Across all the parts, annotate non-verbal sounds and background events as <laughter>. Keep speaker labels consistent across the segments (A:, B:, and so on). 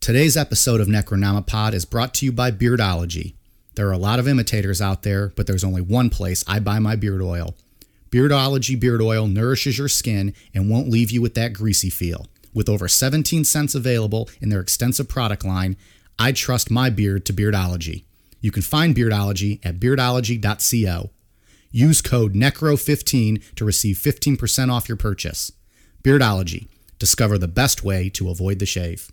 A: Today's episode of Necronomipod is brought to you by Beardology. There are a lot of imitators out there, but there's only one place I buy my beard oil. Beardology beard oil nourishes your skin and won't leave you with that greasy feel. With over 17 cents available in their extensive product line, I trust my beard to Beardology. You can find Beardology at beardology.co. Use code NECRO15 to receive 15% off your purchase. Beardology. Discover the best way to avoid the shave.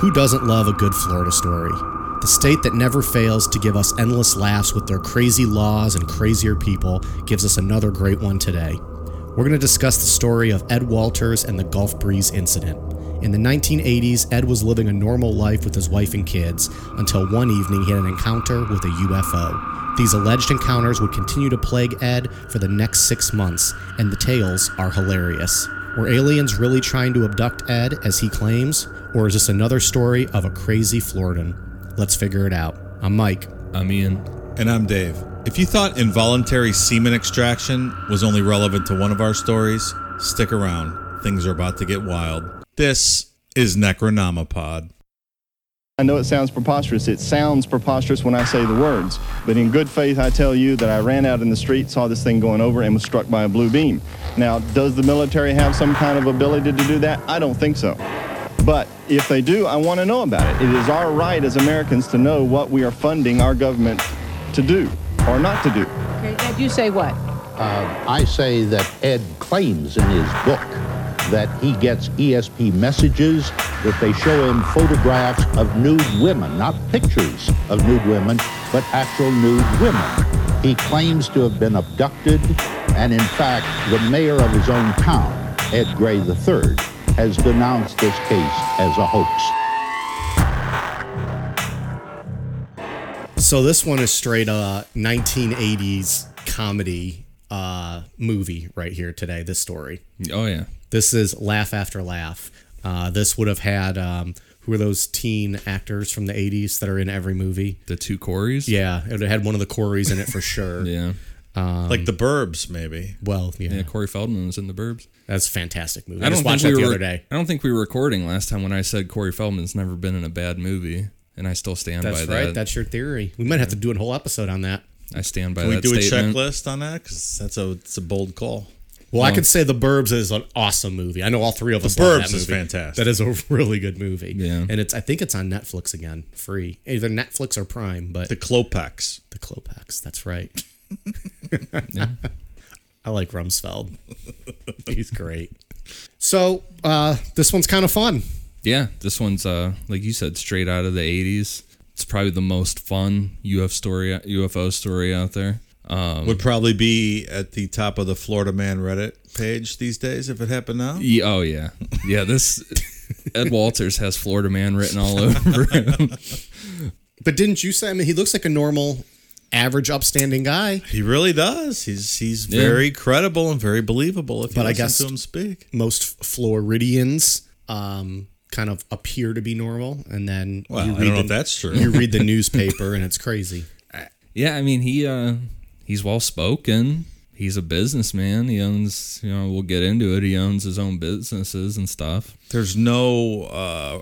A: Who doesn't love a good Florida story? The state that never fails to give us endless laughs with their crazy laws and crazier people gives us another great one today. We're going to discuss the story of Ed Walters and the Gulf Breeze incident. In the 1980s, Ed was living a normal life with his wife and kids until one evening he had an encounter with a UFO. These alleged encounters would continue to plague Ed for the next six months, and the tales are hilarious. Were aliens really trying to abduct Ed, as he claims? Or is this another story of a crazy Floridan? Let's figure it out. I'm Mike.
B: I'm Ian.
C: And I'm Dave. If you thought involuntary semen extraction was only relevant to one of our stories, stick around. Things are about to get wild. This is Necronomipod.
D: I know it sounds preposterous. It sounds preposterous when I say the words, but in good faith, I tell you that I ran out in the street, saw this thing going over, and was struck by a blue beam. Now, does the military have some kind of ability to do that? I don't think so. But if they do, I want to know about it. It is our right as Americans to know what we are funding our government to do or not to do.
E: Okay, Ed, you say what?
F: I say that Ed claims in his book that he gets ESP messages that they show him photographs of nude women, not pictures of nude women, but actual nude women. He claims to have been abducted, and in fact, the mayor of his own town, Ed Gray III, has denounced this case as a hoax.
A: So this one is straight uh 1980s comedy uh movie right here today. This story.
B: Oh yeah.
A: This is laugh after laugh. Uh, this would have had um, who are those teen actors from the 80s that are in every movie?
B: The two Corys.
A: Yeah, it would have had one of the Corys in it for sure.
B: <laughs> Yeah.
A: Um,
C: like the burbs, maybe.
A: Well, yeah,
B: Yeah. Corey Feldman was in the Burbs.
A: that's a fantastic movie. I, just watched that
B: we
A: the
B: were,
A: other day.
B: I don't think we were recording last time when I said Corey Feldman's never been in a bad movie, and I still stand
A: That's
B: by
A: right.
B: that.
A: That's your theory. We might have to do a whole episode on that.
B: I stand by
C: Can we
B: that
C: do
B: statement.
C: a checklist on that? Because that's a, it's a bold call.
A: Well, I could say The Burbs is an awesome movie. I know all three of us.
C: The
A: love
C: Burbs
A: that
C: is
A: movie.
C: fantastic.
A: That is a <laughs> really good movie.
B: Yeah.
A: and it's I think it's on Netflix again, free, either Netflix or Prime. But
C: The
A: the,
C: Clopex.
A: Clopex, that's
C: <laughs>
A: right. I like Rumsfeld. He's great. So uh, this one's kind of fun.
B: Yeah, this one's uh like you said, straight out of the '80s. It's probably the most fun UFO story, UFO story out there.
A: Hmm.
B: Um,
C: Would probably be at the top of the Florida Man Reddit page these days if it happened now.
B: Ye- oh yeah, yeah. This
A: <laughs>
B: Ed Walters has Florida Man written all over him.
A: But didn't you say? I mean, he looks like a normal, average, upstanding guy.
C: He really does. He's he's
B: Yeah.
C: very credible and very believable if you
A: But I
C: listen
A: guess-
C: to him speak.
A: Most Floridians um, kind of appear to be normal, and then
C: Well,
A: you
C: I
A: read
C: don't know
A: the-
C: if that's true.
A: You read the newspaper, and it's crazy.
B: Yeah, I mean he uh he's well spoken. He's a businessman. He owns, you know, we'll get into it. He owns his own businesses and stuff.
C: There's no uh,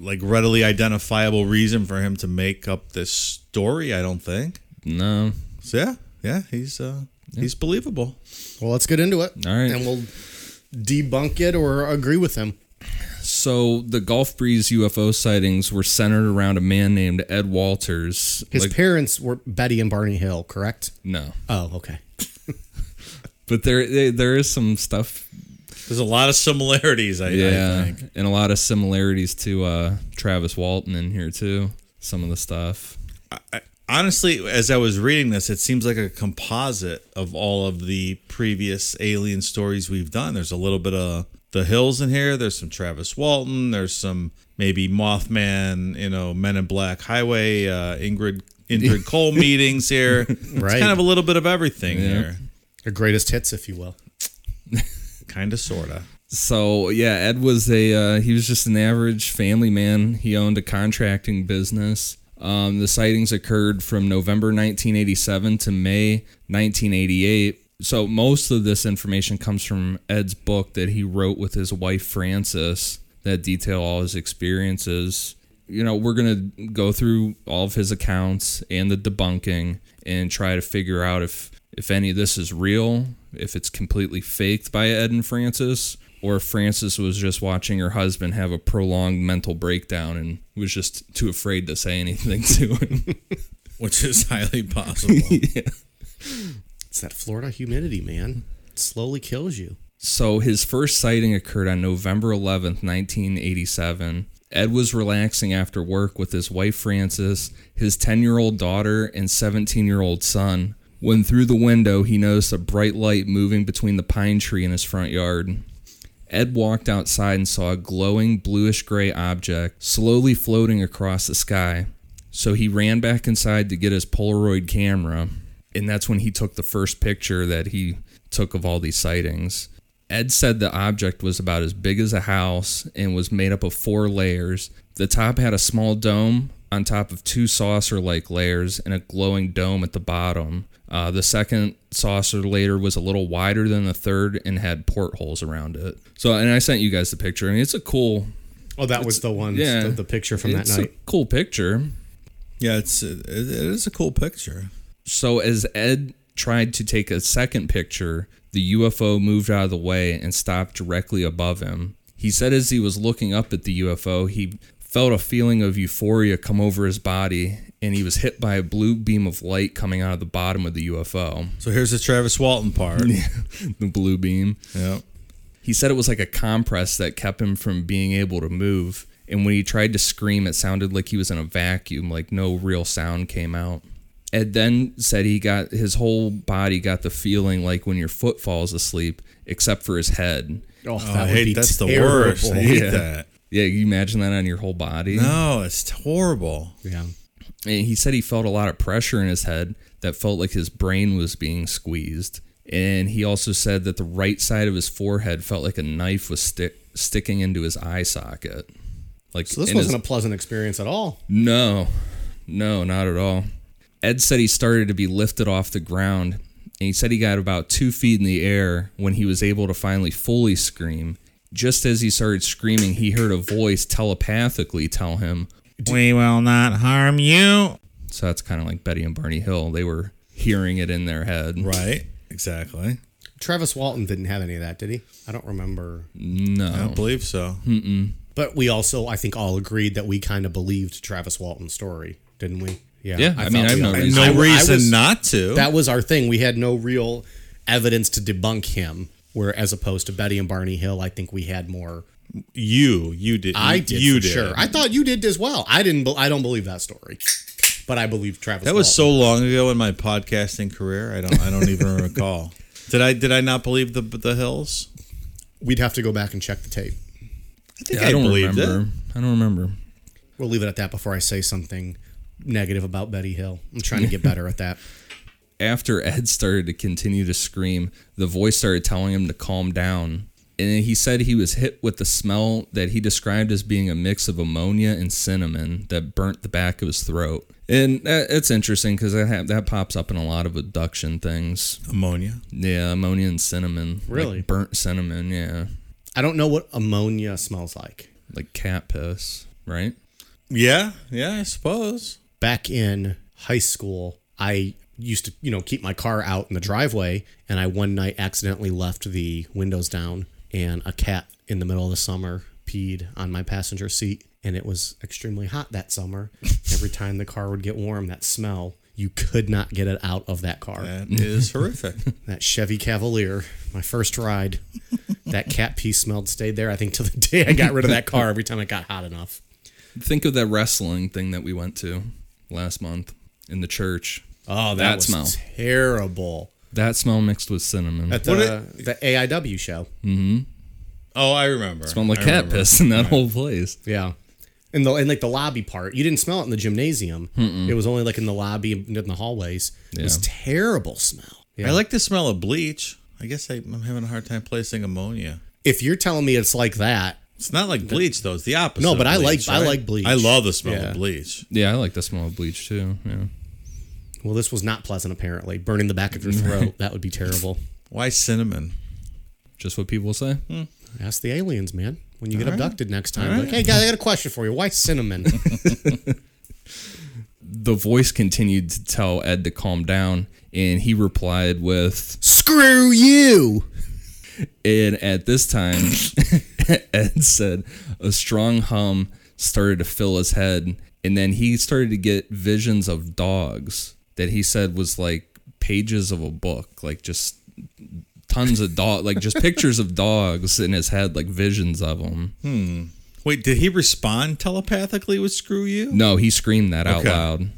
C: like readily identifiable reason for him to make up this story. I don't think.
B: No,
C: So yeah, yeah, he's uh, he's believable.
A: Well, let's get into it.
B: All right.
A: And we'll debunk it or agree with him.
B: so the Gulf Breeze UFO sightings were centered around a man named Ed Walters.
A: His
B: Like-
A: parents were Betty and Barney Hill, correct?
B: no,
A: Oh, okay.
B: but there there- there is some stuff,
C: There's a lot of similarities. I, I
B: yeah,
C: think.
B: and a lot of uh, similarities to uh, Travis Walton in here too. Some of the stuff.
C: I, honestly, as I was reading this, it seems like a composite of all of the previous alien stories we've done. There's a little bit of the Hills in here. There's some Travis Walton. There's some maybe Mothman. You know, Men in Black Highway. Uh, Ingrid
A: <laughs>
C: Ingrid Cole meetings here. It's
A: Right.
C: kind of a little bit of everything here.
A: Your greatest hits, if you will.
C: Kind of, sorta.
B: So yeah, Ed was a uh, he was just an average family man. He owned a contracting business. Um, the sightings occurred from November 1987 to May 1988. So most of this information comes from Ed's book that he wrote with his wife Frances that detail all his experiences. You know, we're gonna go through all of his accounts and the debunking and try to figure out if if any of this is real, if it's completely faked by Ed and Francis, or if Francis was just watching her husband have a prolonged mental breakdown and was just too afraid to say anything <laughs> to him.
C: Which is <laughs>
A: <laughs>
C: highly possible.
A: It's that Florida humidity, man. It slowly kills you.
B: so his first sighting occurred on November 11th, 1987. Ed was relaxing after work with his wife Frances, his 10 year old daughter, and 17 year old son. When through the window, he noticed a bright light moving between the pine tree in his front yard. Ed walked outside and saw a glowing bluish gray object slowly floating across the sky. So he ran back inside to get his Polaroid camera, and that's when he took the first picture that he took of all these sightings. Ed said the object was about as big as a house and was made up of four layers. The top had a small dome on top of two saucer like layers and a glowing dome at the bottom. Uh, the second saucer later was a little wider than the third and had portholes around it. So, and I sent you guys the picture. I mean, it's a cool,
A: Oh, that was the one.
B: yeah,
A: The, the picture from that
B: it's
A: night.
B: a cool picture.
C: yeah, it's it, it is a cool picture.
B: So as Ed tried to take a second picture, the UFO moved out of the way and stopped directly above him. He said as he was looking up at the UFO, he felt a feeling of euphoria come over his body and he was hit by a blue beam of light coming out of the bottom of the UFO.
C: So here's the Travis Walton part.
B: <laughs> The blue beam.
C: Yep.
B: He said it was like a compress that kept him from being able to move. And when he tried to scream, it sounded like he was in a vacuum, like no real sound came out. Ed then said he got his whole body got the feeling like when your foot falls asleep, except for his head.
A: Oh,
C: Oh,
A: that
C: I
A: would
C: hate
A: be
C: that's
A: terrible.
C: the worst. I hate
B: Yeah.
C: that.
B: Yeah, you imagine that on your whole body.
C: No, it's horrible.
A: Yeah.
B: And he said he felt a lot of pressure in his head that felt like his brain was being squeezed. And he also said that the right side of his forehead felt like a knife was stick, sticking into his eye socket. Like
A: So this
B: in his-
A: wasn't a pleasant experience at all.
B: No, no, not at all. Ed said he started to be lifted off the ground, and he said he got about two feet in the air when he was able to finally fully scream. Just as he started screaming, he heard a voice telepathically tell him.
C: We will not harm you.
B: So that's kind of like Betty and Barney Hill. They were hearing it in their head.
C: Right. Exactly.
A: Travis Walton didn't have any of that, did he? I don't remember.
C: I don't believe so.
A: But we also, I think, all agreed that we kind of believed Travis Walton's story, didn't we?
B: Yeah, I mean,
A: thought
B: I've
A: we
B: no
A: all-
B: reason-
C: No
A: I- I
C: reason
A: was-
C: not to.
A: That was our thing. We had no real evidence to debunk him. Where as opposed to Betty and Barney Hill, I think we had more.
C: you, you did.
A: I did
C: You
A: for sure. I thought you did as well. I didn't. Be- I don't believe that story, but I believe Travis.
C: that was
A: Walton.
C: so long ago in my podcasting career. I don't. I don't even recall. Did I? Did I not believe the the hills?
A: We'd have to go back and check the tape.
C: I think
B: Yeah, I don't
C: believed
B: remember.
C: it.
B: I don't remember.
A: We'll leave it at that before I say something negative about Betty Hill. I'm trying to get better at that.
B: after <laughs> Ed started to continue to scream, the voice started telling him to calm down. And he said he was hit with the smell that he described as being a mix of ammonia and cinnamon that burnt the back of his throat. And that, it's interesting because that, ha- that pops up in a lot of abduction things.
C: Ammonia.
B: Yeah, ammonia and cinnamon. Like
A: Really?
B: burnt cinnamon, yeah.
A: I don't know what ammonia smells like.
B: Like cat piss, right?
C: Yeah. Yeah. I suppose.
A: back in high school, I used to, you know, keep my car out in the driveway and I one night accidentally left the windows down and a cat in the middle of the summer peed on my passenger seat and it was extremely hot that
B: <laughs>
A: summer. Every time the car would get warm, that smell, you could not get it out of that car.
C: That is horrific.
A: That Chevy Cavalier, my first
B: <laughs>
A: ride, that cat pee smelled stayed there I think till the <laughs> day I got rid of that car every time it got hot enough.
B: Think of that wrestling thing that we went to last month. in the church.
A: Oh, that,
B: That
A: was
B: smell.
A: terrible.
B: That smell mixed with cinnamon.
A: At
C: What
A: the, the AIW show.
C: Oh, I remember.
B: smelled like
C: I
B: cat
C: remember.
B: piss in that whole place.
A: Yeah. In the in like the lobby part, you didn't smell it in the gymnasium. It was only like in the lobby and in the hallways. It was
B: Yeah.
A: terrible smell. Yeah.
C: I like the smell of bleach. I guess I, I'm having a hard time placing ammonia.
A: if you're telling me it's like that,
C: It's not like bleach though. It's the opposite.
A: No,
C: of
A: but I
C: bleach,
A: like- I
C: right?
A: like bleach.
C: I love the smell
A: Yeah.
C: of bleach.
B: Yeah, I like the smell of bleach too. Yeah.
A: well, this was not pleasant. Apparently, burning the back of your throat that would be terrible.
C: Why cinnamon?
B: Just what people say.
A: Ask the aliens, man. When you get abducted next time, like, hey guys, I got a question for you. Why cinnamon?
B: The voice continued to tell Ed to calm down, and he replied with,
A: Screw you.
B: and at this time, <laughs> Ed said a strong hum started to fill his head, and then he started to get visions of dogs that he said was like pages of a book, like just tons of dog, like just pictures of dogs in his head, like visions of them.
C: Wait, did he respond telepathically with "screw you"?
B: No, he screamed that out
C: Okay.
B: loud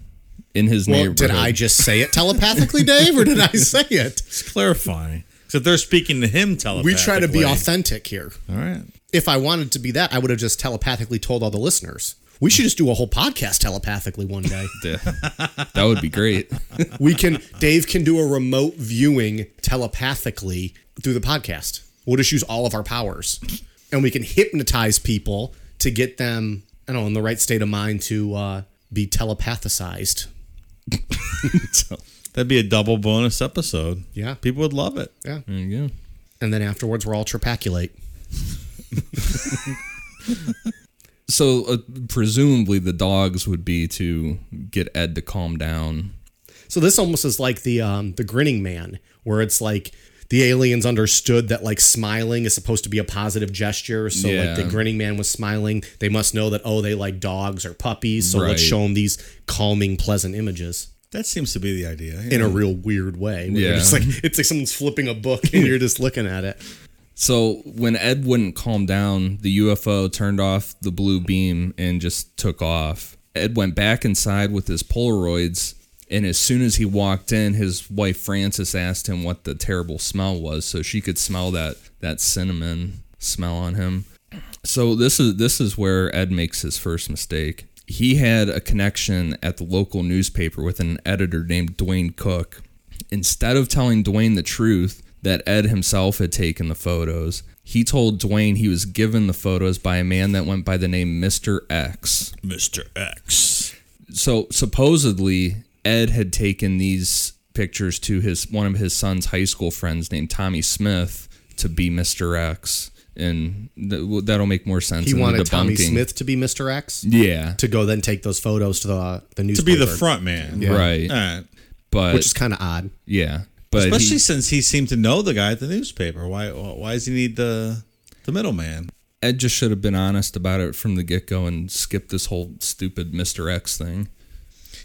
B: in his
A: Well,
B: neighborhood.
A: did
B: <laughs>
A: I just say it telepathically, Dave, or did I say it?
C: It's clarifying. So they're speaking to him telepathically.
A: We try to be authentic here.
C: All right.
A: if I wanted to be that, I would have just telepathically told all the listeners. We should just do a whole podcast telepathically one day.
B: that would be
A: <laughs>
B: great.
A: we can Dave can do a remote viewing telepathically through the podcast. We'll just use all of our powers. And we can hypnotize people to get them, I don't know, in the right state of mind to uh, be telepathicized.
C: That'd be a double bonus episode.
A: Yeah.
C: People would love it.
A: Yeah.
B: There you go.
A: And then afterwards we're all tripaculate.
B: So uh, presumably the dogs would be to get Ed to calm down.
A: So this almost is like the um, the grinning man, where it's like the aliens understood that like smiling is supposed to be a positive gesture. So
B: Yeah.
A: like the grinning man was smiling. They must know that oh they like dogs or puppies. So
B: Right.
A: let's show them these calming, pleasant images
C: That seems to be the idea.
A: in a real weird way. Where
B: Mm. Yeah.
A: You're just like <laughs> it's like someone's flipping a book and you're just looking at it.
B: So when Ed wouldn't calm down, the UFO turned off the blue beam and just took off. Ed went back inside with his Polaroids, and as soon as he walked in, his wife Frances asked him what the terrible smell was, so she could smell that that cinnamon smell on him. So this is this is where Ed makes his first mistake. He had a connection at the local newspaper with an editor named Dwayne Cook. Instead of telling Dwayne the truth that Ed himself had taken the photos, he told Dwayne he was given the photos by a man that went by the name Mr. X.
C: Mr. X.
B: So supposedly Ed had taken these pictures to his one of his son's high school friends named Tommy Smith to be Mr. X. And th- that'll make more sense.
A: He
B: than the
A: wanted Tommy
B: debunking.
A: Smith to be Mr. X
B: Yeah.
A: to go then take those photos to the the
C: To
A: newspaper.
C: be the front man.
B: Right.
C: All right.
B: But
A: which is kind of odd.
B: yeah. But
C: Especially
B: he,
C: since he seemed to know the guy at the newspaper. Why? Why does he need the the middleman?
B: Ed just should have been honest about it from the get go and skipped this whole stupid Mr. X thing.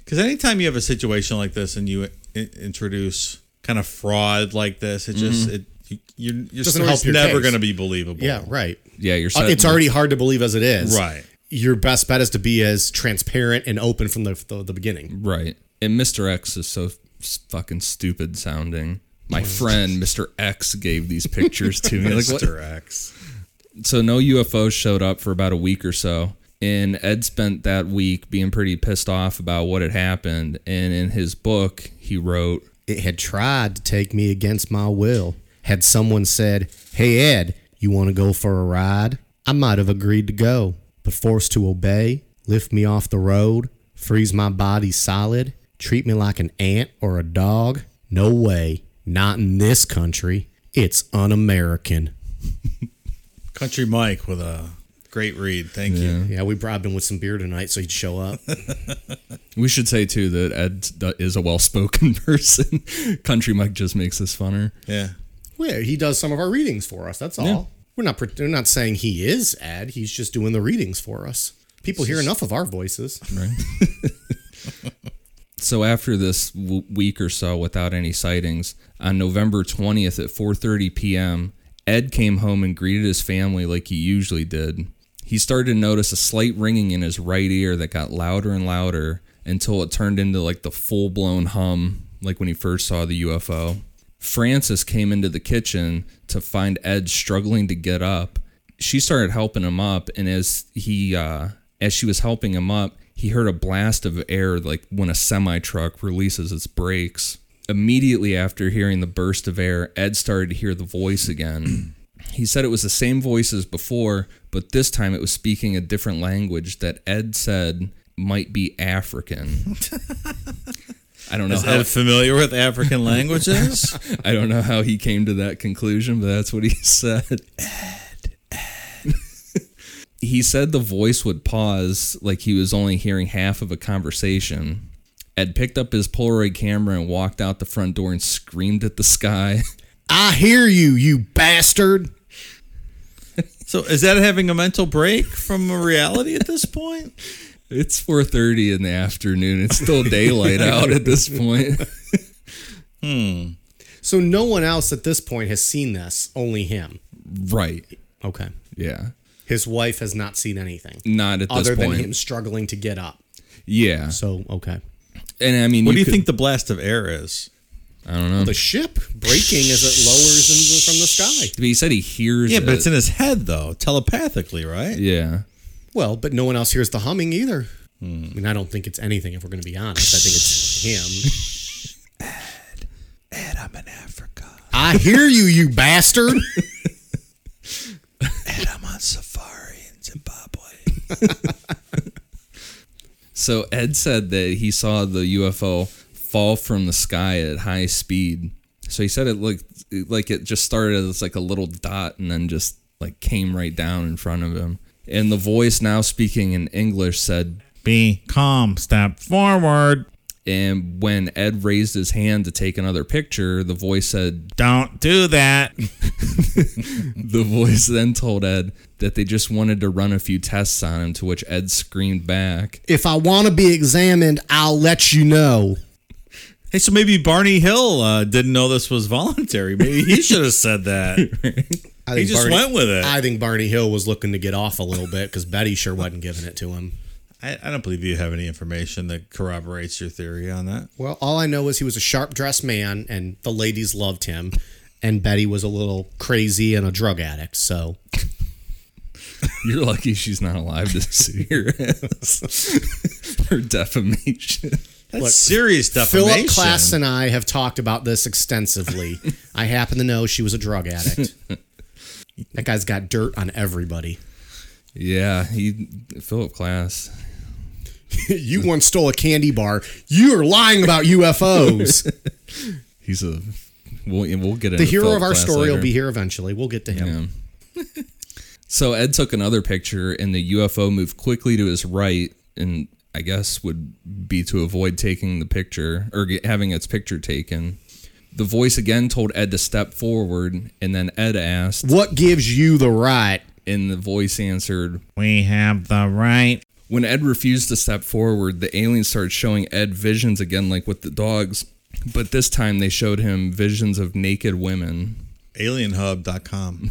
C: Because anytime you have a situation like this and you i- introduce kind of fraud like this, it just
B: Mm-hmm.
C: it you, your your
A: Doesn't
C: story's
A: help your
C: never
A: case.
C: going to be believable.
A: Yeah, right.
B: Yeah, you're
A: Uh,
B: setting,
A: It's already hard to believe as it is.
C: Right.
A: your best bet is to be as transparent and open from the the, the beginning.
B: right. And Mr. X is so s- fucking stupid sounding.
A: <laughs>
B: My friend Mr. X gave these pictures to me. Like, what?
C: Mr. X.
B: So no UFOs showed up for about a week or so. And Ed spent that week being pretty pissed off about what had happened. And in his book, he wrote,
A: It had tried to take me against my will. Had someone said, "Hey Ed, you want to go for a ride?" I might have agreed to go, but forced to obey, lift me off the road, freeze my body solid, treat me like an ant or a dog. No way. Not in this country. It's un-American.
C: Country Mike with a great read. Thank you.
A: Yeah, we bribed him with some beer tonight, so he'd show up.
B: We should say too that Ed d- is a well-spoken <laughs> person. Country Mike just makes this funner.
C: Yeah.
A: Well, he does some of our readings for us. That's all. We're not. We're not saying he is Ed. He's just doing the readings for us. People hear enough of our voices.
B: So after this w- week or so without any sightings, on November 20th at 4:30 p.m., Ed came home and greeted his family like he usually did. He started to notice a slight ringing in his right ear that got louder and louder until it turned into like the full blown hum, like when he first saw the UFO. Frances came into the kitchen to find Ed struggling to get up. She started helping him up, and as he uh, as she was helping him up, he heard a blast of air like when a semi truck releases its brakes. Immediately after hearing the burst of air, Ed started to hear the voice again. <clears throat> he said it was the same voice as before, but this time it was speaking a different language that Ed said might be African. I don't know.
C: Is
B: how-
C: Ed familiar with African
B: <laughs>
C: languages?
B: I don't know how he came to that conclusion, but that's what he <laughs> said. Ed, Ed. <laughs> he said the voice would pause like he was only hearing half of a conversation. Ed picked up his Polaroid camera and walked out the front door and screamed at the sky. <laughs>
A: I hear you, you bastard.
C: so is that having a mental break from reality at this point?
B: It's 4:30 in the afternoon.
C: <laughs>
B: It's still daylight out at this point. <laughs>
A: So no one else at this point has seen this, only him.
B: right.
A: Okay.
B: Yeah.
A: His wife has not seen anything
B: Not at
A: other
B: this
A: than
B: point.
A: him struggling to get up.
B: Yeah.
A: So, okay.
B: And I mean,
C: What do you
B: could-
C: think the blast of air is?
B: I don't know.
A: The ship breaking as it lowers into, from the sky.
B: He said he hears.
C: Yeah, but
B: it.
C: it's in his head though, telepathically, right?
B: yeah.
A: Well, but no one else hears the humming either. I mean, I don't think it's anything if we're going to be honest. I think it's him. <laughs>
C: Ed, I'm in Africa.
A: I hear you, you bastard.
C: Ed, I'm on safari in Zimbabwe.
B: So Ed said that he saw the UFO fall from the sky at high speed. So he said it looked like it just started as like a little dot and then just like came right down in front of him. And the voice now speaking in English said,
C: Be calm. Step forward.
B: and when Ed raised his hand to take another picture, the voice said, <laughs>
C: Don't do that.
B: the voice then told Ed that they just wanted to run a few tests on him, to which Ed screamed back. <laughs>
A: if I want to be examined, I'll let you know.
C: <laughs> Hey, so maybe Barney Hill uh, didn't know this was voluntary. Maybe he should have said that.
A: I
C: He just went with it.
A: I think Barney Hill was looking to get off a little bit because Betty sure wasn't giving it to him.
C: I, I don't believe you have any information that corroborates your theory on that.
A: Well, all I know is he was a sharp dressed man and the ladies loved him. And Betty was a little crazy and a drug addict. So,
B: You're lucky she's not alive to see your ass <laughs> for defamation.
C: That's serious defamation.
A: Philip Class and I have talked about this <laughs> extensively. I happen to know she was a drug <laughs> addict. that guy's got dirt on everybody.
B: Yeah, he Philip Class.
A: <laughs> you once stole a candy bar. You're lying about <laughs> UFOs.
B: He's a we'll, we'll get
A: the hero of our story will be here eventually. We'll get to him.
B: So Ed took another picture, and the UFO moved quickly to his right, and I guess would be to avoid taking the picture or get, having its picture taken. The voice again told Ed to step forward, and then Ed asked,
A: What gives you the right?
B: and the voice answered,
C: We have the right.
B: When Ed refused to step forward, the aliens started showing Ed visions again, like with the dogs, but this time they showed him visions of naked women.
C: Alienhub.com.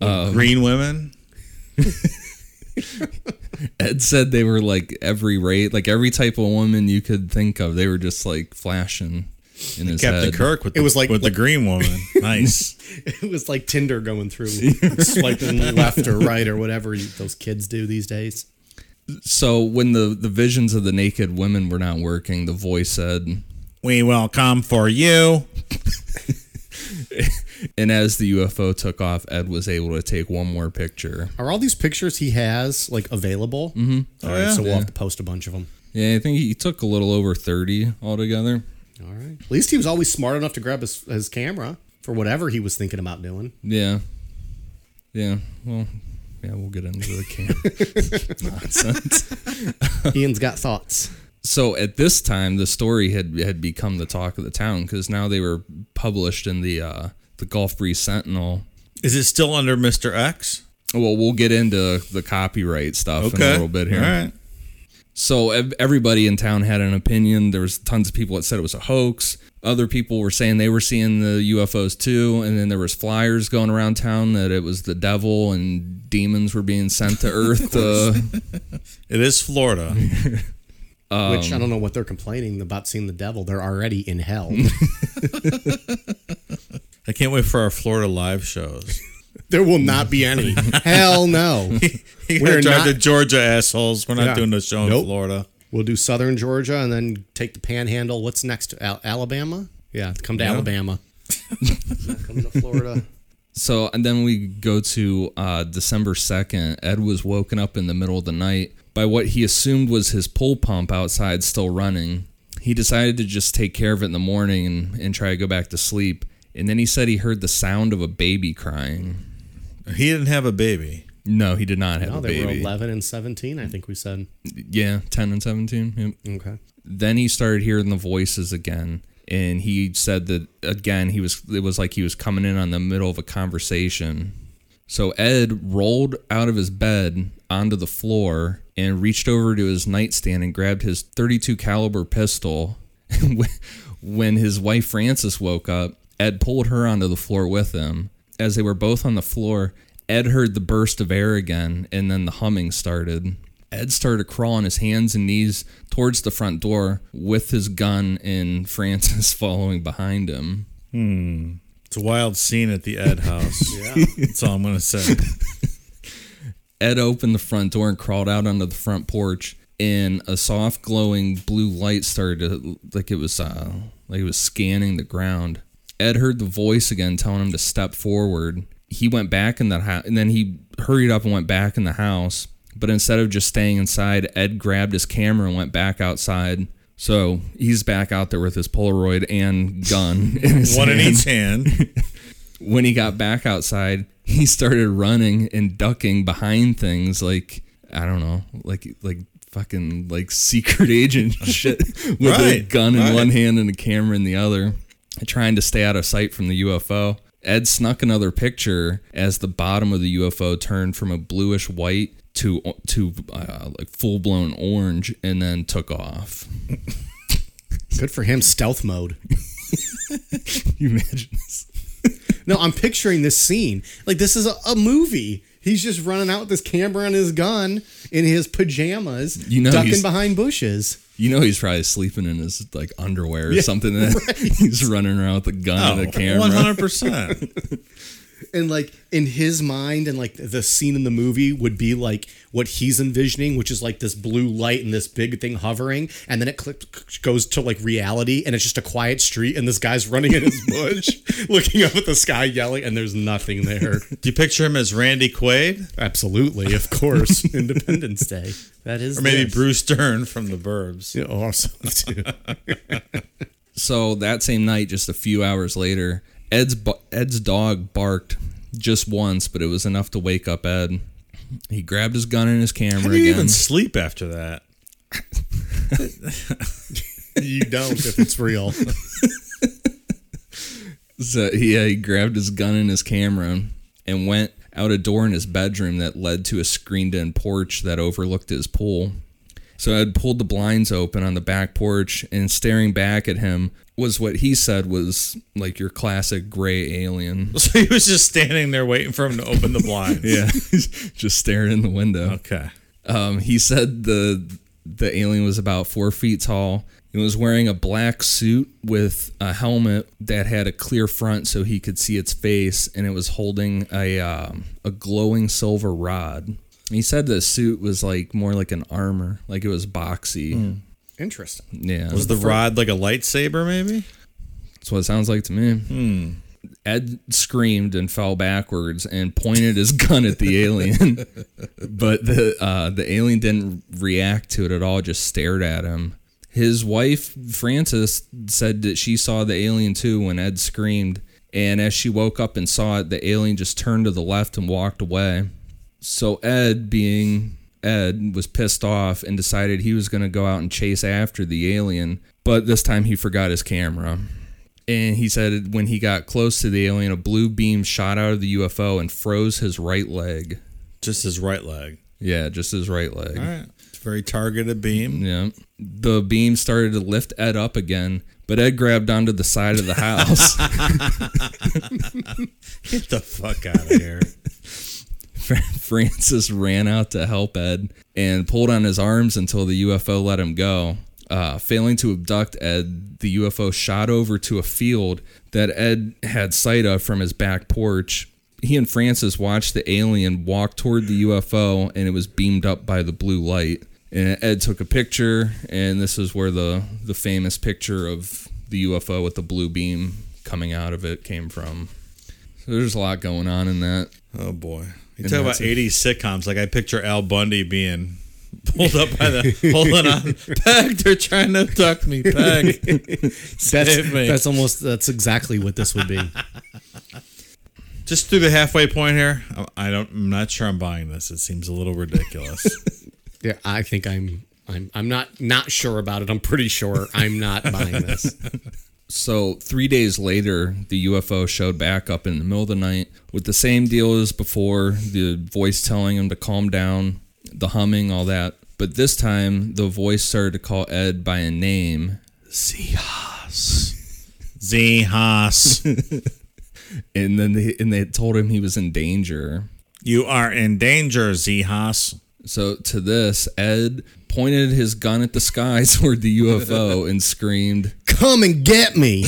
C: Green women.
B: Ed said they were like every rate, like every type of woman you could think of. They were just like flashing in his
C: Captain
B: head.
C: Kirk with
A: It
C: the,
A: was like-
C: with
A: like-
C: the green woman. Nice.
A: <laughs> It was like Tinder going <laughs> through, swiping left or right or whatever you, those kids do these days.
B: So when the the visions of the naked women were not working, the voice said,
C: we will come for you.
B: and as the UFO took off, Ed was able to take one more picture.
A: Are all these pictures he has like available? Mm-hmm. right,
C: yeah.
A: so we'll have to post a bunch of them.
B: Yeah, I think he took a little over thirty altogether.
A: All right. At least he was always smart enough to grab his, his camera for whatever he was thinking about doing.
B: Yeah. Yeah. Well, yeah, we'll get into the
C: <laughs>
B: camp nonsense.
A: Ian's got thoughts.
B: So at this time, the story had had become the talk of the town because now they were published in the uh, the Gulf Breeze Sentinel.
C: Is it still under Mr. X?
B: Well, we'll get into the copyright stuff in a little bit
C: All
B: here.
C: right.
B: So ev- everybody in town had an opinion. There was tons of people that said it was a hoax. Other people were saying they were seeing the UFOs too, and then there was flyers going around town that it was the devil and demons were being
C: <laughs>
B: sent to Earth to
C: It is Florida.
A: Which I don't know what they're complaining about seeing the devil. They're already in hell. <laughs>
C: I can't wait for our Florida live shows.
A: there will not be any. Hell no.
C: You gotta
A: We're
C: drive
A: not-
C: to Georgia, assholes. We're not
A: Yeah.
C: doing the show in
A: Nope.
C: Florida.
A: We'll do southern Georgia and then take the panhandle. What's next? Al- Alabama? Yeah, come to Alabama. Coming to Florida.
B: So and then we go to uh, December second. Ed was woken up in the middle of the night by what he assumed was his pull pump outside still running. He decided to just take care of it in the morning and, and try to go back to sleep. And then he said he heard the sound of a baby crying.
C: He didn't have a baby.
B: No, he did not have
A: No,
B: a
A: they were
B: Oh, baby.
A: 11 and 17, I think we said.
B: Yeah, ten and seventeen. Yep.
A: Okay.
B: Then he started hearing the voices again, and he said that again. He was it was like he was coming in on the middle of a conversation. So Ed rolled out of his bed onto the floor and reached over to his nightstand and grabbed his 32 caliber pistol. <laughs> when his wife Frances woke up, Ed pulled her onto the floor with him. As they were both on the floor, Ed heard the burst of air again and then the humming started. Ed started to crawl on his hands and knees towards the front door with his gun and <laughs> Frances following behind him.
C: It's a wild scene at the Ed house. yeah. That's all I'm going to say.
B: Ed opened the front door and crawled out onto the front porch, and a soft glowing blue light started to like it was uh, like it was scanning the ground. Ed heard the voice again telling him to step forward. He went back in the house, and then he hurried up and went back in the house. But instead of just staying inside, Ed grabbed his camera and went back outside. So he's back out there with his Polaroid and gun. in his
C: One in
B: hand.
C: each hand.
B: when he got back outside, <laughs> he started running and ducking behind things like I don't know, like like fucking like <laughs>
C: <laughs>
B: secret agent shit with a
C: Right,
B: gun in
C: right.
B: one hand and a camera in the other, trying to stay out of sight from the UFO. Ed snuck another picture as the bottom of the UFO turned from a bluish white to to uh, like full blown orange and then took off. <laughs>
A: Good for him, stealth mode.
B: you imagine this?
A: No, I'm picturing this scene. Like, this is a, a movie. He's just running out with his camera and his gun in his pajamas,
B: You know
A: ducking
B: he's-
A: behind bushes.
B: You know he's probably sleeping in his like underwear or something.
C: <laughs>
B: And <laughs> He's running around with a
C: Oh,
B: gun and a camera.
C: 100%.
A: and like in his mind and like the scene in the movie would be like what he's envisioning which is like this blue light and this big thing hovering and then it clips, goes to like reality and it's just a quiet street and this guy's running in his bush looking up at the sky yelling and there's nothing there
C: Do you picture him as Randy Quaid
A: absolutely of course independence day that is
C: or maybe
A: this.
C: Bruce Dern from The Burbs?
A: Yeah, also
C: <laughs>
A: too.
B: So that same night, just a few hours later, Ed's bu- Ed's dog barked just once, but it was enough to wake up Ed. He grabbed his gun and his camera
C: How do
B: again.
C: you even sleep after that? <laughs>
A: you don't if it's <laughs> real
B: So yeah, he grabbed his gun and his camera and went out a door in his bedroom that led to a screened-in porch that overlooked his pool. So Ed pulled the blinds open on the back porch and staring back at him was what he said was like your classic gray alien.
C: So he was just standing there waiting for him to open the blinds.
B: Yeah, <laughs> just staring in the window.
C: Okay.
B: Um, he said the the alien was about four feet tall. It was wearing a black suit with a helmet that had a clear front so he could see its face, and it was holding a um, a glowing silver rod. He said the suit was like more like an armor, like it was boxy.
C: <laughs>
A: interesting
B: Yeah,
C: Was the rod like a lightsaber, maybe?
B: That's what it sounds like to me. Ed screamed and fell backwards and pointed his gun at the alien, <laughs> but the uh, the alien didn't react to it at all. Just stared at him. His wife Frances said that she saw the alien too when Ed screamed, and as she woke up and saw it, the alien just turned to the left and walked away. So Ed, being Ed, was pissed off and decided he was going to go out and chase after the alien, but this time he forgot his camera and he said when he got close to the alien, a blue beam shot out of the UFO and froze his right leg.
C: Just his right leg.
B: Yeah, just his right leg.
C: All right. Very targeted beam.
B: Yeah. The beam started to lift Ed up again, but Ed grabbed onto the side of the house.
C: Get the fuck out of here.
B: <laughs> Francis ran out to help Ed and pulled on his arms until the UFO let him go. Uh, failing to abduct Ed, the UFO shot over to a field that Ed had sight of from his back porch. He and Francis watched the alien walk toward the UFO and it was beamed up by the blue light. And Ed took a picture, and this is where the, the famous picture of the UFO with the blue beam coming out of it came from. So there's a lot going on in that.
C: <laughs> Oh boy. You
B: And
C: talk about
B: that's it.
C: 80s sitcoms. Like I picture Al Bundy being pulled up by the <laughs> holding on. Peg, they're trying to abduct me. Peg. <laughs>
A: That's,
C: Save me.
A: that's almost that's exactly what this would be.
C: Just through the halfway point here. I- I don't. I'm not sure I'm buying this. It seems a little <laughs> ridiculous.
A: <laughs> Yeah, I think I'm I'm I'm not not sure about it. I'm pretty sure I'm not buying
C: <laughs>
A: this.
B: So, three days later, the UFO showed back up in the middle of the night with the same deal as before the voice telling him to calm down, the humming, all that. But this time, the voice started to call Ed by a name.
C: Zehas,
B: And then they, and they told him he was in danger.
C: you are in danger, Zehas.
B: So, to this, Ed pointed his gun at the sky <laughs> toward the UFO and screamed,
A: Come and get me.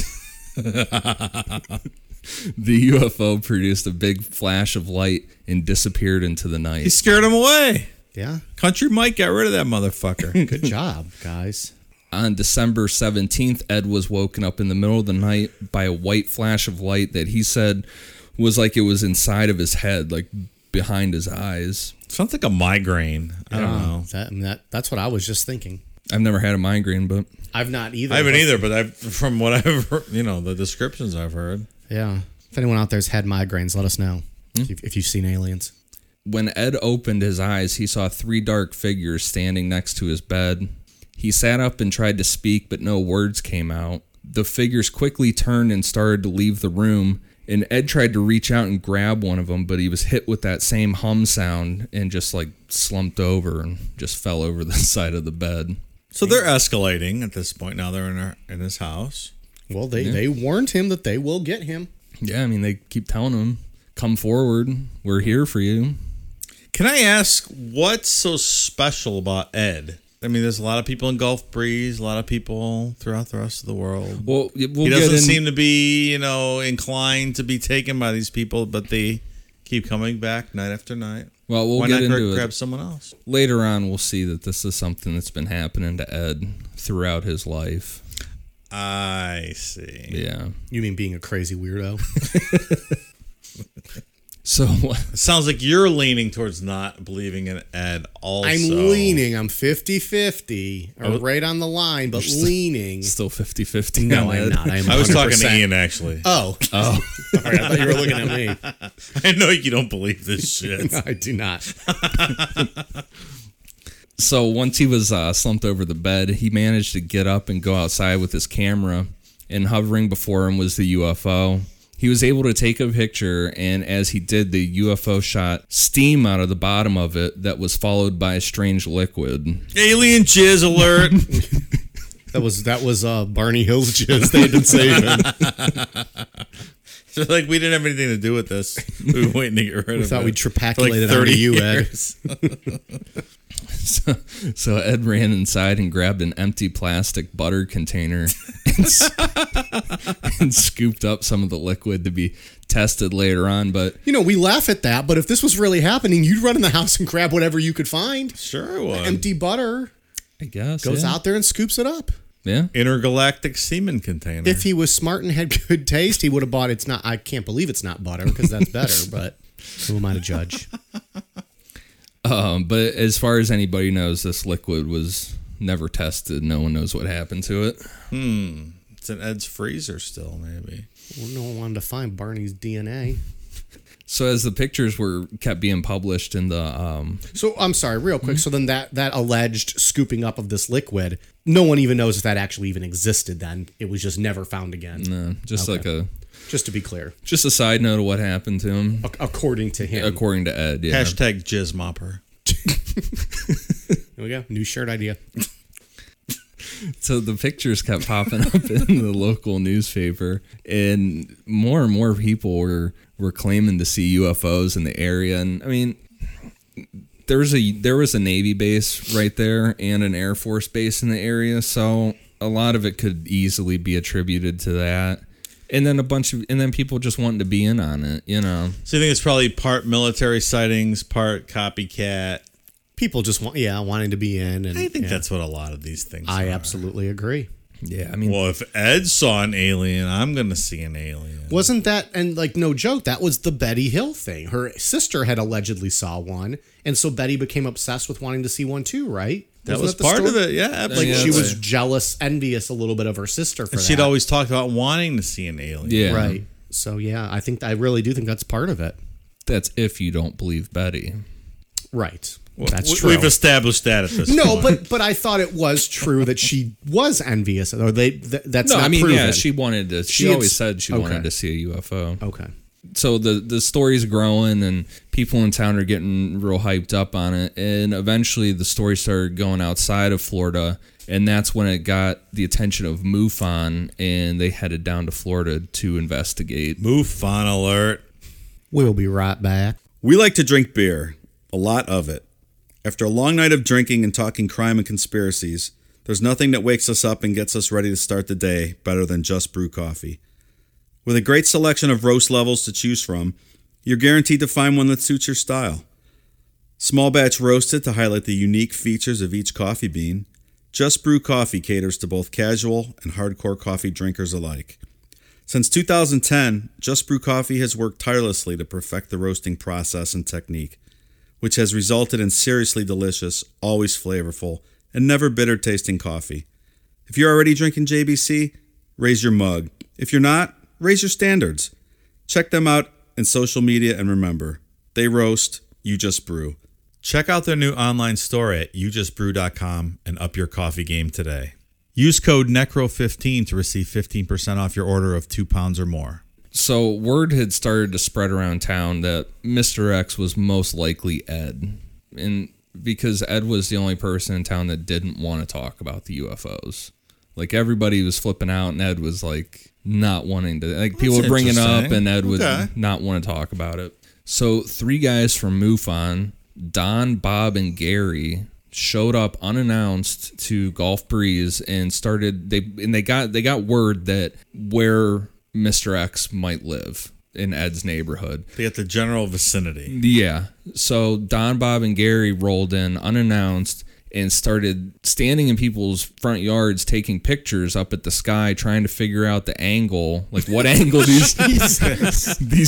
B: The UFO produced a big flash of light and disappeared into the
C: He
B: night.
C: scared him away.
A: Yeah.
C: Country Mike got rid of that <laughs> motherfucker.
A: Good job, guys.
B: On December 17th, Ed was woken up in the middle of the night by a white flash of light that he said was like it was inside of his head, like behind his eyes.
C: Sounds like a migraine. I don't know.
A: That, that that's what I was just thinking.
B: I've never had a migraine, but
A: I've not either.
C: I haven't
A: but-
C: either, but I've from what I've heard, you know the descriptions I've heard.
A: Yeah. If anyone out there's had migraines, let us know.
C: Hmm?
A: If, if you've seen aliens.
B: when Ed opened his eyes, he saw three dark figures standing next to his bed. He sat up and tried to speak, but no words came out. The figures quickly turned and started to leave the room, and Ed tried to reach out and grab one of them, but he was hit with that same hum sound and just like slumped over and just fell over the <laughs> side of the bed.
C: So they're escalating at this point. Now they're in our, in his house.
A: Well, they they warned him that they will get him.
B: Yeah, I mean, they keep telling him, come forward, we're here for you.
C: Can I ask what's so special about Ed? I mean, there's a lot of people in Gulf Breeze, a lot of people throughout the rest of the world.
B: Well, y- we'll
C: he
B: get
C: doesn't
B: in-
C: seem to be, you know, inclined to be taken by these people, but they keep coming back night after night.
B: Well, we'll
C: Why
B: get
C: not gra-
B: into it.
C: grab someone else?
B: later on we'll see that this is something that's been happening to Ed throughout his life.
C: I see.
B: Yeah.
A: You mean being a crazy
C: <laughs>
A: weirdo?
B: So
C: It sounds like you're leaning towards not believing in Ed. Also,
A: I'm leaning. I'm 50-50 or
C: Oh.
A: right on the line, but
C: <laughs>
A: leaning.
B: still 50-50.
A: No,
B: on
A: I'm
B: Ed.
A: not. I'm
C: I was talking to
A: 100%.
C: Ian actually. <laughs>
A: Oh. Oh. <laughs> Sorry, I thought you were looking at <laughs> me.
C: I know you don't believe this shit.
A: I do not.
B: So once he was uh, slumped over the bed, he managed to get up and go outside with his camera, and hovering before him was the UFO. He was able to take a picture, and as he did, the UFO shot steam out of the bottom of it that was followed by a strange liquid.
C: Alien jizz alert. <laughs>
A: That was that was uh, Barney Hill's jizz they had been saving.
C: So like we didn't have anything to do with this. We were waiting to get rid of it.
A: thought we
C: For,
A: trapaculated it onto you, Ed.
C: years. <laughs> Oh,
B: So, so Ed ran inside and grabbed an empty plastic butter container and, s- <laughs> and scooped up some of the liquid to be tested later on. But
A: <laughs> You know, we laugh at that, but if this was really happening, you'd run in the house and grab whatever you could find.
C: Sure was.
A: Empty butter
B: I guess
A: goes
B: yeah.
A: out there and scoops it up.
B: Yeah,
C: Intergalactic semen container.
A: If he was smart and had <laughs> good taste, he would have bought it's not I can't believe it's not butter because that's better, but who am I to <laughs> judge?
B: um, but as far as anybody knows, this liquid was never tested. No one knows what happened to it.
C: it's in Ed's freezer still, maybe.
A: Well, no one wanted to find Barney's DNA.
B: So as the pictures were kept being published in the um,
A: So I'm sorry, real
C: Mm-hmm.
A: quick. So then that that alleged scooping up of this liquid, no one even knows if that actually even existed then. It was just never found again.
B: uh, just like a
A: Just to be clear.
B: just a side note of what happened to him,
A: Ac- according to him.
B: according to Ed. Yeah.
C: Hashtag jizz mopper.
A: It we go. New shirt idea.
B: So the pictures kept popping up in the local newspaper, and more and more people were were claiming to see UFOs in the area. And I mean, there was a there was a Navy base right there and an Air Force base in the area, so a lot of it could easily be attributed to that. And then a bunch of and then people just wanting to be in on it, you know.
C: So you think it's probably part military sightings, part copycat.
A: People just want, yeah, wanting to be in. And
C: I think
A: yeah.
C: that's what a lot of these things.
A: I
C: are.
A: absolutely agree.
B: Yeah, I mean,
C: Well, if Ed saw an alien, I'm gonna see an alien.
A: Wasn't that and like no joke? That was the Betty Hill thing. Her sister had allegedly saw one, and so Betty became obsessed with wanting to see one too. Right?
C: That
A: Wasn't
C: was
A: the
C: part
A: story?
C: of it. Yeah,
A: Like
C: absolutely.
B: Yeah,
A: she was
B: right.
A: jealous, envious a little bit of her sister for
C: And
A: that.
C: she'd always talked about wanting to see an alien.
B: yeah,
A: right. So yeah, I think I really do think that's part of it.
B: That's if you don't believe Betty.
A: Right.
C: Well,
A: that's
C: we-
A: true.
C: We've established that at this.
A: no,
C: point.
A: but but I thought it was true that she was envious, or they th- that's
B: no,
A: not
B: I mean,
A: proven.
B: yeah, she wanted to. She,
A: She had
B: always
A: s-
B: said she
A: okay.
B: wanted to see a UFO.
A: okay.
B: so the the story's growing and people in town are getting real hyped up on it and eventually the story started going outside of Florida and that's when it got the attention of MUFON and they headed down to Florida to investigate.
C: MUFON alert.
A: We'll be right back.
E: We like to drink beer, a lot of it. After a long night of drinking and talking crime and conspiracies, there's nothing that wakes us up and gets us ready to start the day better than just brew coffee. With a great selection of roast levels to choose from, you're guaranteed to find one that suits your style. Small batch roasted to highlight the unique features of each coffee bean, Just Brew Coffee caters to both casual and hardcore coffee drinkers alike. Since 2010, Just Brew Coffee has worked tirelessly to perfect the roasting process and technique, which has resulted in seriously delicious, always flavorful, and never bitter tasting coffee. If you're already drinking JBC, raise your mug. If you're not, raise your standards. Check them out in social media and remember, they roast, you just brew.
C: Check out their new online store at youjustbrew.com and up your coffee game today. Use code NECRO15 to receive 15% off your order of two pounds or more.
B: So word had started to spread around town that Mr. X was most likely Ed. And because Ed was the only person in town that didn't want to talk about the UFOs. Like everybody was flipping out and Ed was like not wanting to like people would bring it up
C: interesting.
B: and Ed would
C: Okay.
B: not want to talk about it. So three guys from MUFON, Don, Bob, and Gary showed up unannounced to Golf Breeze and started they and they got they got word that where Mr. X might live in Ed's neighborhood.
C: They got the general vicinity.
B: Yeah. So Don, Bob, and Gary rolled in unannounced and started standing in people's front yards taking pictures up at the sky trying to figure out the angle like what angle these <laughs> these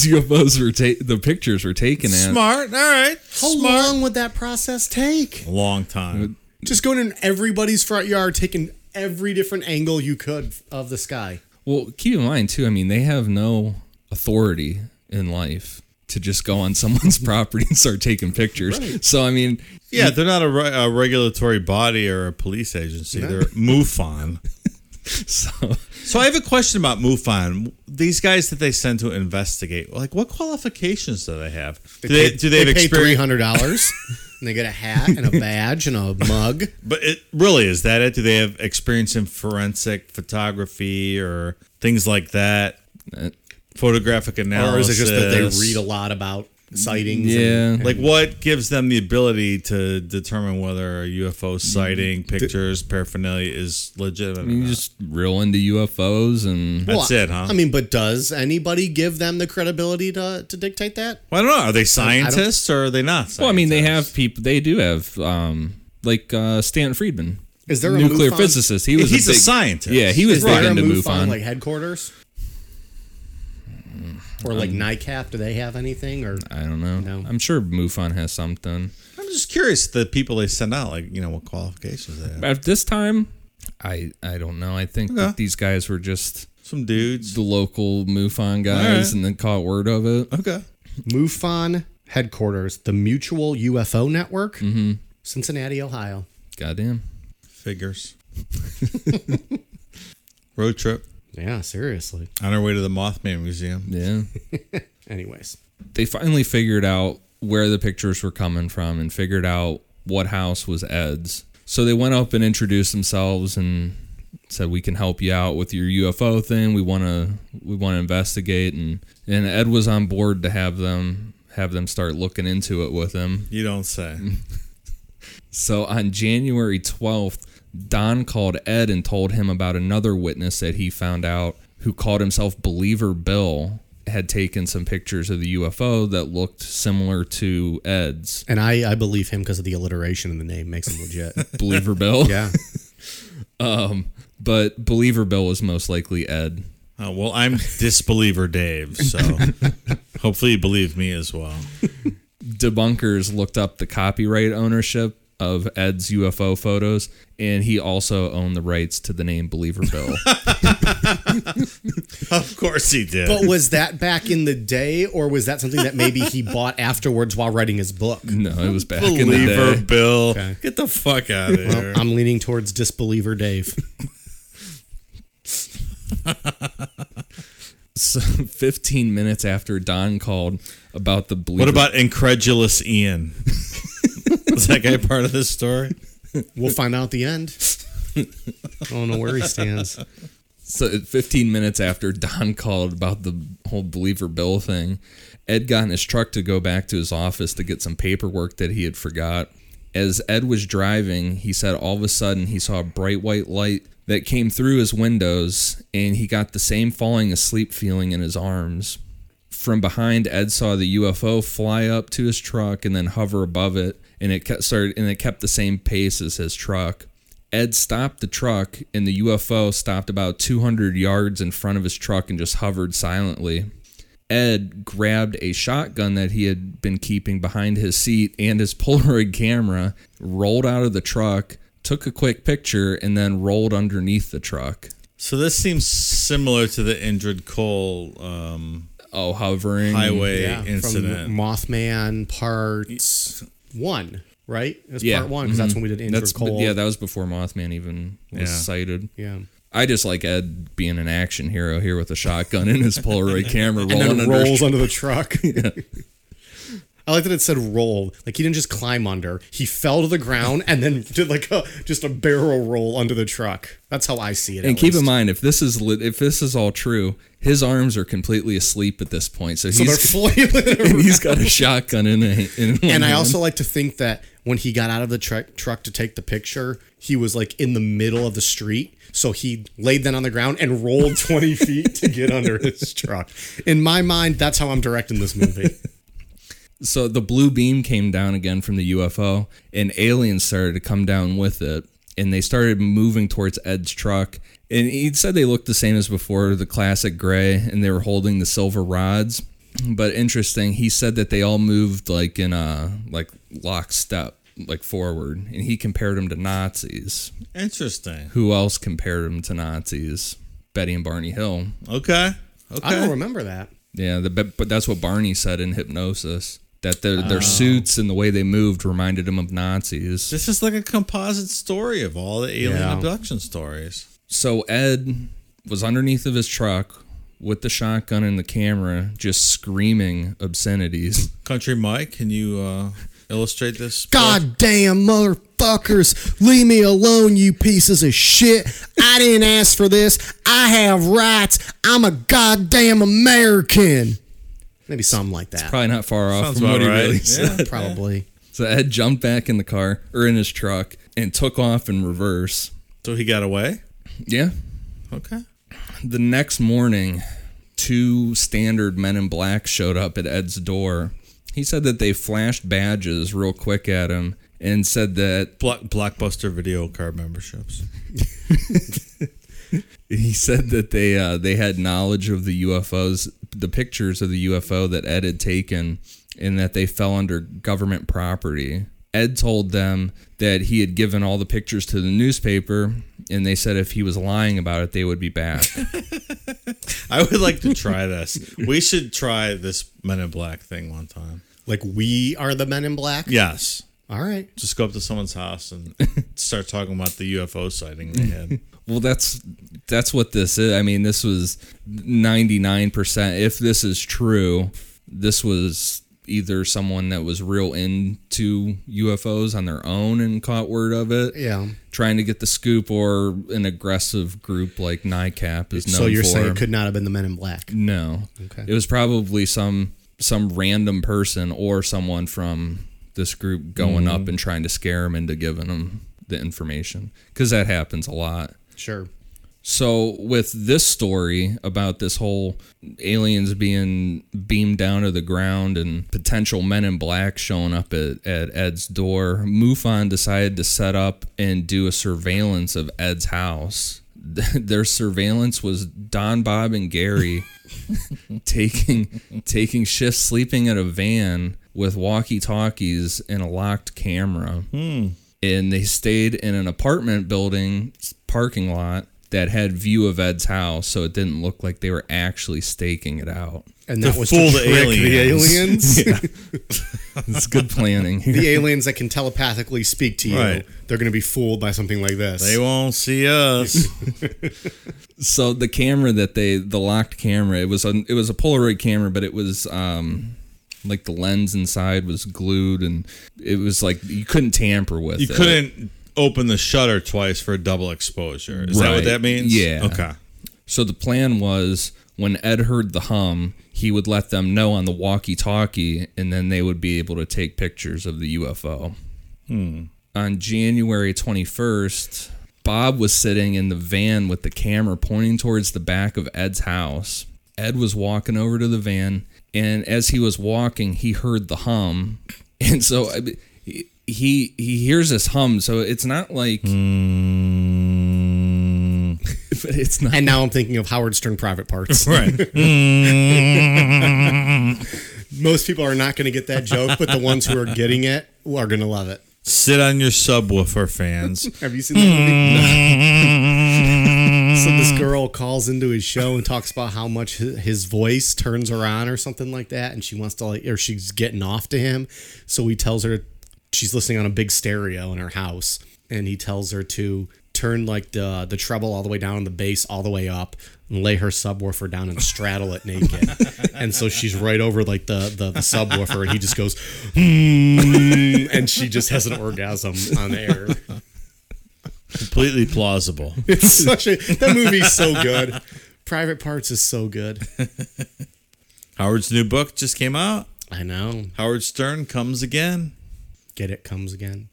B: UFOs were ta- the pictures were taken at
C: Smart. All right.
A: How long would that process take?
C: Long time.
A: Just going in everybody's front yard, taking every different angle you could of the sky.
B: Well, keep in mind too. I mean, they have no authority in life to just go on someone's property and start taking pictures. So, I mean,
C: Yeah, they're not a, re- a regulatory body or a police agency. <laughs> They're MUFON.
B: so
C: So I have a question about MUFON. These guys that they send to investigate, like what qualifications do they have? Do they, do they, have
A: pay three
C: experience?
A: hundred dollars? and they get a hat and a badge and a mug.
C: But it really is that it? Do they have experience in forensic photography or things like that? Photographic
A: Or
C: analysis.
A: is it just that they read a lot about sightings?
B: yeah,
A: and,
C: Like what gives them the ability to determine whether a
B: Mm-hmm.
C: UFO sighting, pictures, paraphernalia is legitimate? or
B: you
C: not?
B: just real into UFOs and
C: That's it, huh?
A: I mean, but does anybody give them the credibility to, to dictate that?
C: well, I don't know. Are they scientists or are they not? Scientists?
B: well, I mean, they have people. They do have um like uh Stan Friedman.
A: Is there a
B: nuclear
A: MUFON?
B: physicist? He was
C: He's a
B: big-
C: scientist.
B: Yeah, he was
A: Is there
B: big
A: a
B: into
A: move on
B: MUFON.
A: like headquarters? Or like NICAP? Do they have anything? Or
B: I don't know.
A: No.
B: I'm sure MUFON has something.
C: I'm just curious the people they send out, like you know, what qualifications they have.
B: At this time, I I don't know. I think that these guys were just
C: Some dudes.
B: the local MUFON guys
C: right.
B: and then caught word of it.
C: Okay.
A: MUFON headquarters, the Mutual UFO Network, Cincinnati, Ohio.
B: Goddamn. <laughs>
C: Figures. Road trip
A: Yeah, seriously.
C: on our way to the Mothman Museum.
B: Yeah.
A: Anyways,
B: they finally figured out where the pictures were coming from and figured out what house was Ed's. So they went up and introduced themselves and said we can help you out with your UFO thing. We want to we want to investigate and and Ed was on board to have them have them start looking into it with him.
C: You don't say.
B: Mm-hmm. So on January 12th, Don called Ed and told him about another witness that he found out who called himself Believer Bill had taken some pictures of the UFO that looked similar to
C: <laughs>
B: Ed's.
A: And I, I believe him because of the alliteration in the name makes him legit.
B: Believer Bill.
A: yeah.
B: But Believer Bill was most likely Ed.
C: Uh, well, I'm disbeliever Dave,
B: <laughs>
C: so hopefully you believe me as well. <laughs>
B: debunkers looked up the copyright ownership of Ed's UFO photos, and he also owned the rights to the name
C: <laughs>
B: Believer Bill.
C: Of course he did.
A: But was that back in the day, or was that something that maybe he bought afterwards while writing his book?
B: no, it was back in the
C: Believer
B: day. <laughs>
C: Bill,
A: Okay.
C: get the fuck out of here.
A: I'm leaning towards disbeliever Dave.
B: So, 15 minutes after Don called about the
C: <laughs>
B: Believer
C: what about incredulous Ian? Was that guy part of this story?
A: We'll find out at the end. <laughs> I don't know where he stands.
B: So 15 minutes after Don called about the whole Believer Bill thing, Ed got in his truck to go back to his office to get some paperwork that he had forgot. As Ed was driving, he said all of a sudden he saw a bright white light that came through his windows and he got the same falling asleep feeling in his arms. From behind, Ed saw the UFO fly up to his truck and then hover above it, and it kept started and it kept the same pace as his truck. Ed stopped the truck, and the UFO stopped about 200 yards in front of his truck and just hovered silently. Ed grabbed a shotgun that he had been keeping behind his seat and his <laughs> Polaroid camera, rolled out of the truck, took a quick picture, and then rolled underneath the truck.
C: So this seems similar to the Indrid Cole um,
B: Oh, hovering.
C: highway
A: Yeah,
C: incident.
A: From Mothman Part One, right? It was
B: Yeah. Mm-hmm.
A: Part One because that's when we did Andrew
B: That's
A: Cole.
B: yeah, that was before Mothman even was
C: Yeah.
B: cited.
A: yeah.
B: I just like Ed being an action hero here with a shotgun and
A: <laughs>
B: his Polaroid camera
A: and
B: rolling
A: then
B: under. <laughs>
A: rolls under the truck. I like that it said roll. Like he didn't just climb under; he fell to the ground and then did like a just a barrel roll under the truck. That's how I see it.
B: and
A: at
B: keep in
A: least.
B: mind, if this is lit, if this is all true, his arms are completely asleep at this point, so,
A: so
B: <laughs>
A: they're
B: he's
A: <laughs> flailing.
B: and he's got a shotgun in a. In one
A: <laughs> and I
B: hand.
A: also like to think that when he got out of the truck truck to take the picture, he was like in the middle of the street, so he laid that on the ground and <laughs> rolled twenty feet to get under his truck. In my mind, that's how I'm directing this movie.
B: so the blue beam came down again from the UFO, and aliens started to come down with it, and they started moving towards Ed's truck. And he said they looked the same as before, the classic gray, and they were holding the silver rods. But interesting, he said that they all moved like in a like lockstep, like forward, and he compared them to Nazis.
C: Interesting.
B: Who else compared him to Nazis? Betty and Barney Hill.
C: Okay. Okay.
A: I don't remember that.
B: Yeah, the, but but that's what Barney said in hypnosis that their
C: Oh.
B: their suits and the way they moved reminded him of Nazis.
C: This is like a composite story of all the alien
A: Yeah.
C: abduction stories.
B: So Ed was underneath of his truck with the shotgun and the camera, just screaming obscenities. <laughs>
C: Country Mike, can you uh, illustrate this?
A: God damn motherfuckers, leave me alone, you pieces of shit. I didn't ask for this. I have rights. I'm a goddamn American. Maybe something like that.
B: Probably not far off
C: Sounds
B: from
C: about
B: what he
C: right.
B: really
C: Yeah.
B: said.
A: Probably.
B: So Ed jumped back in the car or in his truck and took off in reverse.
C: So he got away.
B: Yeah,
C: Okay.
B: the next morning, two standard men in black showed up at Ed's door. He said that they flashed badges real quick at him and said that <laughs>
C: Block, blockbuster video card memberships.
B: he said that they uh, they had knowledge of the UFOs, the pictures of the UFO that Ed had taken, and that they fell under government property. Ed told them that he had given all the pictures to the newspaper, and they said if he was lying about it, they would be back.
C: <laughs> I would like to try this. We should try this Men in Black thing one time.
A: Like we are the men in black.
C: Yes.
A: All right.
C: Just go up to someone's house and start talking about the UFO sighting they had.
B: Well, that's that's what this is. I mean, this was ninety nine percent. If this is true, this was either someone that was real into UFOs on their own and caught word of it,
A: Yeah.
B: trying to get the scoop, or an aggressive group like NICAP is known
A: So you're
B: for.
A: saying it could not have been the Men in Black?
B: No.
A: Okay.
B: It was probably some some random person or someone from this group going up
A: Mm-hmm.
B: and trying to scare him into giving him the information because that happens a lot.
A: Sure.
B: So with this story about this whole aliens being beamed down to the ground and potential men in black showing up at, at Ed's door, MUFON decided to set up and do a surveillance of Ed's house. <laughs> Their surveillance was Don Bob and Gary taking <laughs> taking shifts sleeping in a van with walkie-talkies and a locked camera
C: Hmm.
B: and they stayed in an apartment building s- parking lot that had view of Ed's house, so it didn't look like they were actually staking it out.
A: And
C: To
A: that was
C: fool
A: to
C: the
A: trick the
C: aliens. <laughs>
A: aliens.
B: It's good planning. here.
A: the aliens that can telepathically speak to you.
C: Right.
A: They're going to be fooled by something like this.
C: They won't see us.
B: So the camera that they, the locked camera, it was a, it was a Polaroid camera, but it was um, like the lens inside was glued, and it was like you couldn't tamper with.
C: you
B: it.
C: couldn't open the shutter twice for double exposure. Is that
B: Right.
C: what that means?
B: Yeah.
C: Okay.
B: So the plan was when Ed heard the hum, he would let them know on the walkie talkie, and then they would be able to take pictures of the UFO. On January 21st, Bob was sitting in the van with the camera pointing towards the back of Ed's house. Ed was walking over to the van, and as he was walking, he heard the hum. <laughs> And so I mean, he he he hears this hum, so it's not like but it's not
A: And now I'm thinking of Howard Stern private parts.
C: <laughs> Right.
A: <laughs> Most people are not going to get that joke, but the ones who are getting it are going to love it.
C: Sit on your subwoofer, <laughs> fans.
A: Have you seen that movie? No. <laughs> so this girl calls into his show and talks about how much hi- his voice turns her on or something like that, and she wants to like, or she's getting off to him. So he tells her she's listening on a big stereo in her house, and he tells her to turn like the the treble all the way down and the bass all the way up and lay her subwoofer down and straddle it naked and so she's right over like the the, the subwoofer and he just goes <laughs> "Hmm," and she just has an orgasm on air
C: Completely plausible.
A: <laughs> it's such a that movie's so good. Private Parts is so good.
C: Howard's new book just came out.
A: I know.
C: Howard Stern comes again.
A: Get it comes again.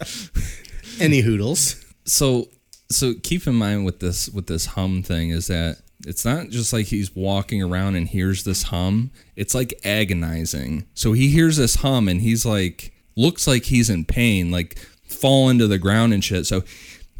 A: Mm-hmm. Any hoodles?
B: so so keep in mind with this with this hum thing is that it's not just like he's walking around and hears this hum it's like agonizing so he hears this hum and he's like looks like he's in pain like falling to the ground and shit so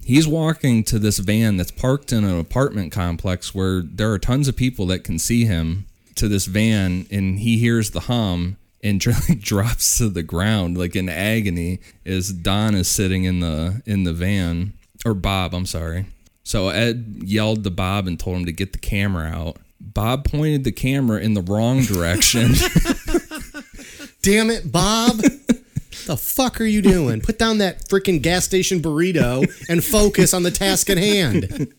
B: he's walking to this van that's parked in an apartment complex where there are tons of people that can see him to this van and he hears the hum and <laughs> dr- drops to the ground like in agony as Don is sitting in the in the van or Bob, I'm sorry. So Ed yelled to Bob and told him to get the camera out. Bob pointed the camera in the wrong direction.
A: Damn it, Bob. the fuck are you doing? Put down that freaking gas station burrito and focus on the task at hand.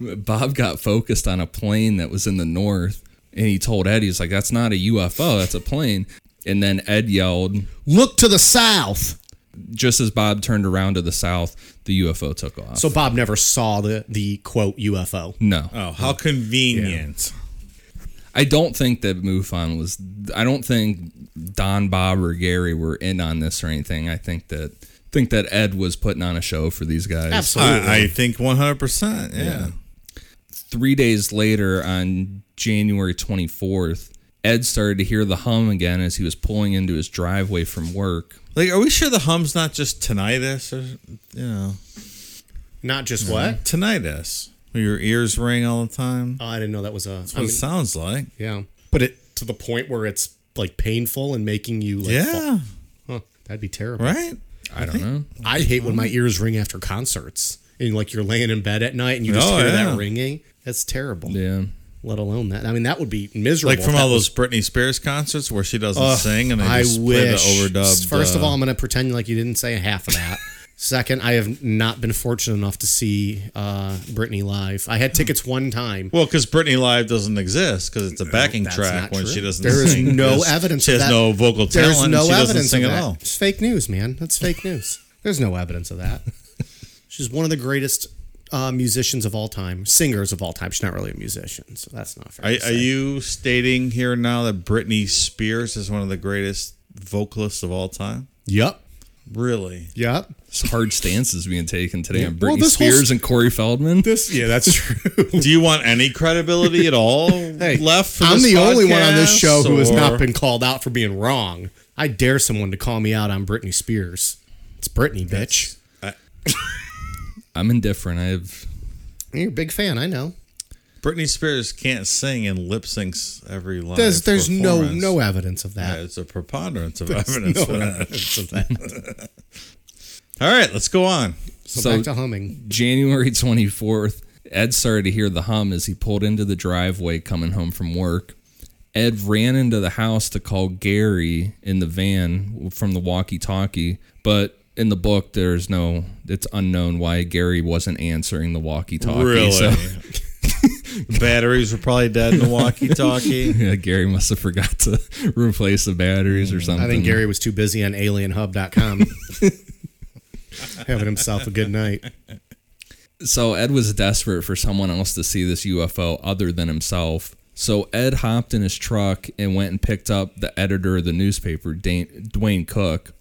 B: Bob got focused on a plane that was in the north and he told Ed he's like that's not a UFO, that's a plane. And then Ed yelled
A: Look to the south.
B: just as Bob turned around to the south, the UFO took off.
A: So Bob never saw the the quote UFO.
B: no.
C: Oh, how convenient.
B: I don't think that MUFON was. I don't think Don, Bob, or Gary were in on this or anything. I think that think that Ed was putting on a show for these guys.
A: Absolutely.
C: I, I think 100%. Yeah.
B: Three days later, on January twenty fourth, Ed started to hear the hum again as he was pulling into his driveway from work.
C: Like, are we sure the hum's not just tinnitus or, you know,
A: Not just what?
C: tinnitus? Where your ears ring all the time?
A: Oh, I didn't know that was a.
C: That's
A: I
C: what
A: mean,
C: it sounds like.
A: yeah. But it to the point where it's like painful and making you like fall-
C: Yeah.
A: Huh, that'd be terrible.
C: Right?
B: I don't know.
A: I hate when my ears ring after concerts. And like you're laying in bed at night and you just
C: Oh,
A: hear
C: yeah.
A: that ringing. That's terrible.
B: Yeah.
A: Let alone that. I mean, that would be miserable.
C: Like from
A: That
C: all
A: was-
C: those <laughs> Britney Spears concerts where she doesn't
A: Ugh,
C: sing and they just play the uh, overdub. <laughs>
A: First of all, I'm going to pretend like you didn't say half of that. Second, I have not been fortunate enough to see uh, Britney live. I had tickets one time.
C: Well, because Britney Live doesn't exist because it's a backing
A: that's
C: track
A: not
C: when
A: true.
C: she doesn't
A: There is
C: sing.
A: no
C: 'cause
A: evidence
C: She
A: of
C: has
A: that.
C: no vocal talent.
A: There's no
C: and she doesn't
A: evidence
C: sing
A: of
C: at
A: that.
C: all.
A: It's fake news, man. That's fake news. There's no evidence of
C: <laughs>
A: that. She's one of the greatest uh, musicians of all time, singers of all time. She's not really a musician, so that's not fair. to
C: Are, are
A: say.
C: you stating here now that Britney Spears is one of the greatest vocalists of all time?
A: Yep.
C: Really?
A: Yep.
B: It's hard stances being taken today on Britney
A: Well, this whole
B: Spears
A: s-
B: and Corey Feldman.
A: This. Yeah, <laughs> that's true.
C: Do you want any credibility at
A: <laughs>
C: all
A: Hey,
C: left? For
A: I'm
C: this
A: the only one on this
C: podcast,
A: show who has
C: or-
A: not been called out for being wrong. I dare someone to call me out on Britney Spears. It's Britney, bitch.
B: I'm indifferent. I have
A: You're a big fan, I know.
C: Britney Spears can't sing and lip syncs every line.
A: There's there's no no evidence
C: evidence.
A: of that.
C: It's a preponderance of
A: There's
C: evidence.
A: no
C: <laughs> for that.
A: evidence of that.
C: All right, let's go on.
A: So,
B: So-
A: back to humming.
B: January <laughs> 24th. Ed started to hear the hum as he pulled into the driveway coming home from work. Ed ran into the house to call Gary in the van from the walkie talkie, but in the book, there's no, it's unknown why Gary wasn't answering the walkie talkie.
C: Really?
B: So <laughs>
C: The batteries were probably dead in
A: <laughs>
C: the walkie-talkie.
B: yeah, Gary must have forgot to <laughs> replace the batteries or something.
A: I think Gary was too busy on <laughs> alienhub.com having himself a good night.
B: So Ed was desperate for someone else to see this UFO other than himself. So Ed hopped in his truck and went and picked up the editor of the newspaper, Dan- Dwayne Cook.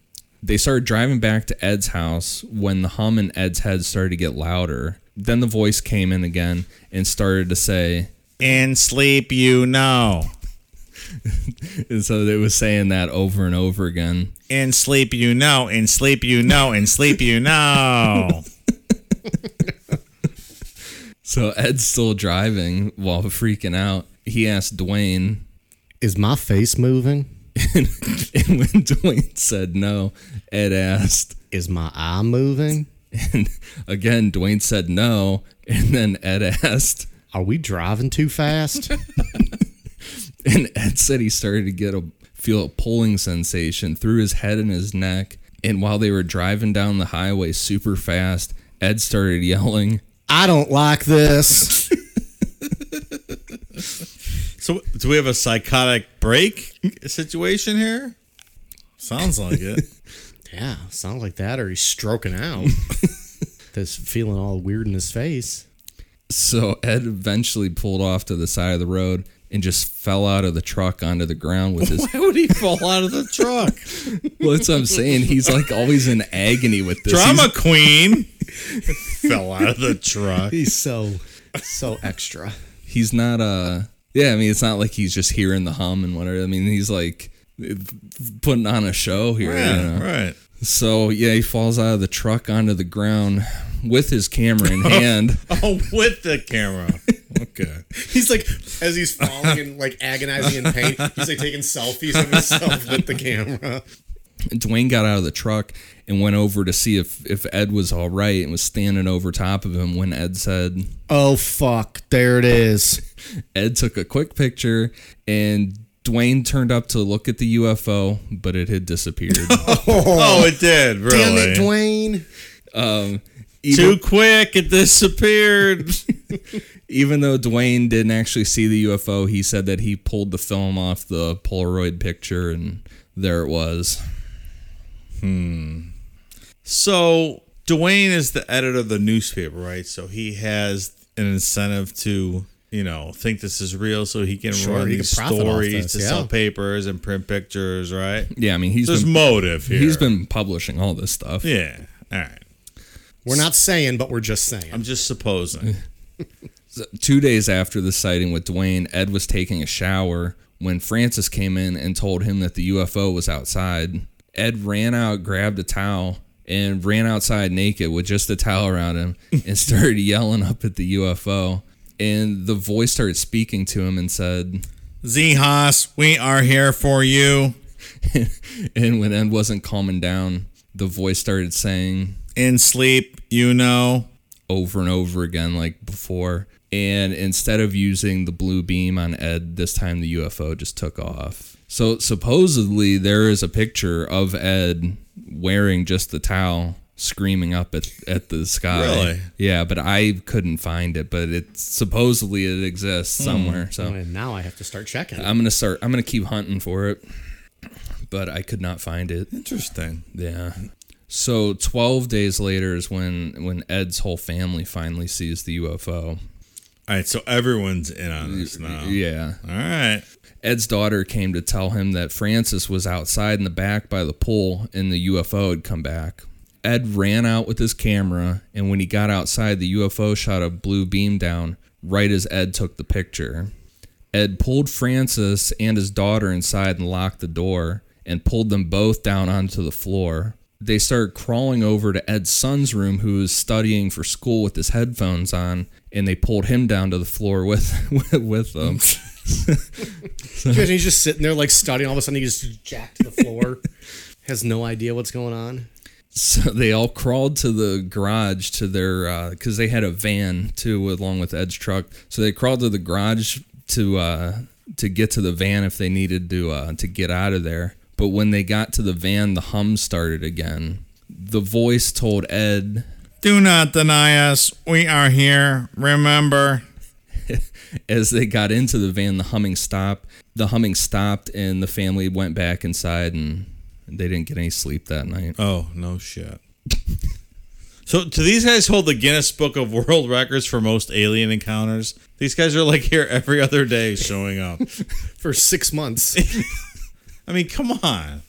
B: They started driving back to Ed's house when the hum in Ed's head started to get louder. Then the voice came in again and started to say,
C: and sleep, you know.
B: and so it was saying that over and over again.
C: And sleep, you know. And sleep, you know. And sleep, you know.
B: So Ed's still driving while freaking out. He asked Dwayne, <laughs>
A: Is my face moving?
B: and when Dwayne said no, Ed asked,
A: Is my eye moving?
B: And again, Dwayne said no. And then Ed asked,
A: Are we driving too fast?
B: and Ed said he started to get a feel a pulling sensation through his head and his neck. And while they were driving down the highway super fast, Ed started yelling.
A: I don't like this.
C: So, do we have a psychotic break situation here? Sounds like it.
A: Yeah, sounds like that, or he's stroking <laughs> out. This feeling all weird in his face.
B: So Ed eventually pulled off to the side of the road and just fell out of the truck onto the ground with his.
C: Why would he fall out of the <laughs> truck?
B: well, that's what I'm saying. He's like always in agony with this. He's-
C: Drama <laughs> queen fell out of the truck.
A: He's so, so extra.
B: he's not uh yeah i mean it's not like he's just hearing the hum and whatever i mean he's like putting on a show here you know?
C: Yeah, right.
B: so yeah he falls out of the truck onto the ground with his
C: <laughs>
B: camera in hand
C: Oh, with the camera. Okay.
A: He's like, as he's falling and like agonizing in pain, he's like taking selfies of himself with the camera.
B: <laughs> dwayne got out of the truck and went over to see if if ed was all right and was standing over top of him when ed said
A: Oh, fuck. There it is.
B: ed took a quick picture and dwayne turned up to look at the ufo but it
C: <laughs>
B: had disappeared
C: <laughs> Oh, it did, really.
A: Damn it, Dwayne.
C: Too quick, it disappeared. <laughs>
B: even though Dwayne didn't actually see the UFO, he said that he pulled the film off the Polaroid picture and there it was.
C: so, Dwayne is the editor of the newspaper, right? So he has an incentive to, you know, think this is real so he can
A: Sure,
C: run
A: he
C: these
A: can profit off
C: stories
A: this,
C: to
A: yeah.
C: sell papers and print pictures, right?
B: Yeah, I mean he's
C: There's
B: been,
C: motive here.
B: he's been publishing all this stuff.
C: Yeah. All right.
A: We're not saying, but we're just saying.
C: I'm just supposing.
B: Two days after the sighting with Dwayne, Ed was taking a shower when Francis came in and told him that the UFO was outside. Ed ran out, grabbed a towel, and ran outside naked with just a towel
C: <laughs>
B: around him and started yelling up at the UFO. And the voice started speaking to him and said,
C: Z Haas, we are here for you.
B: and when Ed wasn't calming down, the voice started saying
C: In sleep, you know.
B: over and over again, like before. And instead of using the blue beam on Ed, this time the UFO just took off. So supposedly there is a picture of Ed wearing just the towel screaming up at, at the sky.
C: Really?
B: Yeah, but I couldn't find it, but it supposedly it exists somewhere. So
A: Oh, And now I have to start checking.
B: I'm gonna start. I'm gonna keep hunting for it, but I could not find it.
C: Interesting.
B: Yeah. So 12 days later is when when Ed's whole family finally sees the UFO.
C: All right, so everyone's in on this now.
B: Yeah.
C: All right.
B: Ed's daughter came to tell him that Francis was outside in the back by the pool and the UFO had come back. Ed ran out with his camera, and when he got outside, the UFO shot a blue beam down right as Ed took the picture. Ed pulled Francis and his daughter inside and locked the door and pulled them both down onto the floor. They started crawling over to Ed's son's room, who was studying for school with his headphones on, and they pulled him down to the floor with <laughs> with them.
A: Imagine he's just sitting there like studying. All of a sudden, he just jacked to the
B: <laughs>
A: floor, has no idea what's going on.
B: So <laughs> they all crawled to the garage to their because they had a van too along with Ed's truck. So they crawled to the garage to uh, to get to the van if they needed to uh, to get out of there. But when they got to the van, the hum started again. The voice told Ed, <laughs>
C: Do not deny us. We are here. Remember.
B: as they got into the van, the humming stopped. The humming stopped, and the family went back inside, and they didn't get any sleep that night.
C: Oh, no shit. So, do these guys hold the Guinness Book of World Records for most alien encounters? These guys are like here every other day
A: <laughs>
C: showing up.
A: For six
B: <laughs>
A: months,
C: I mean, come on.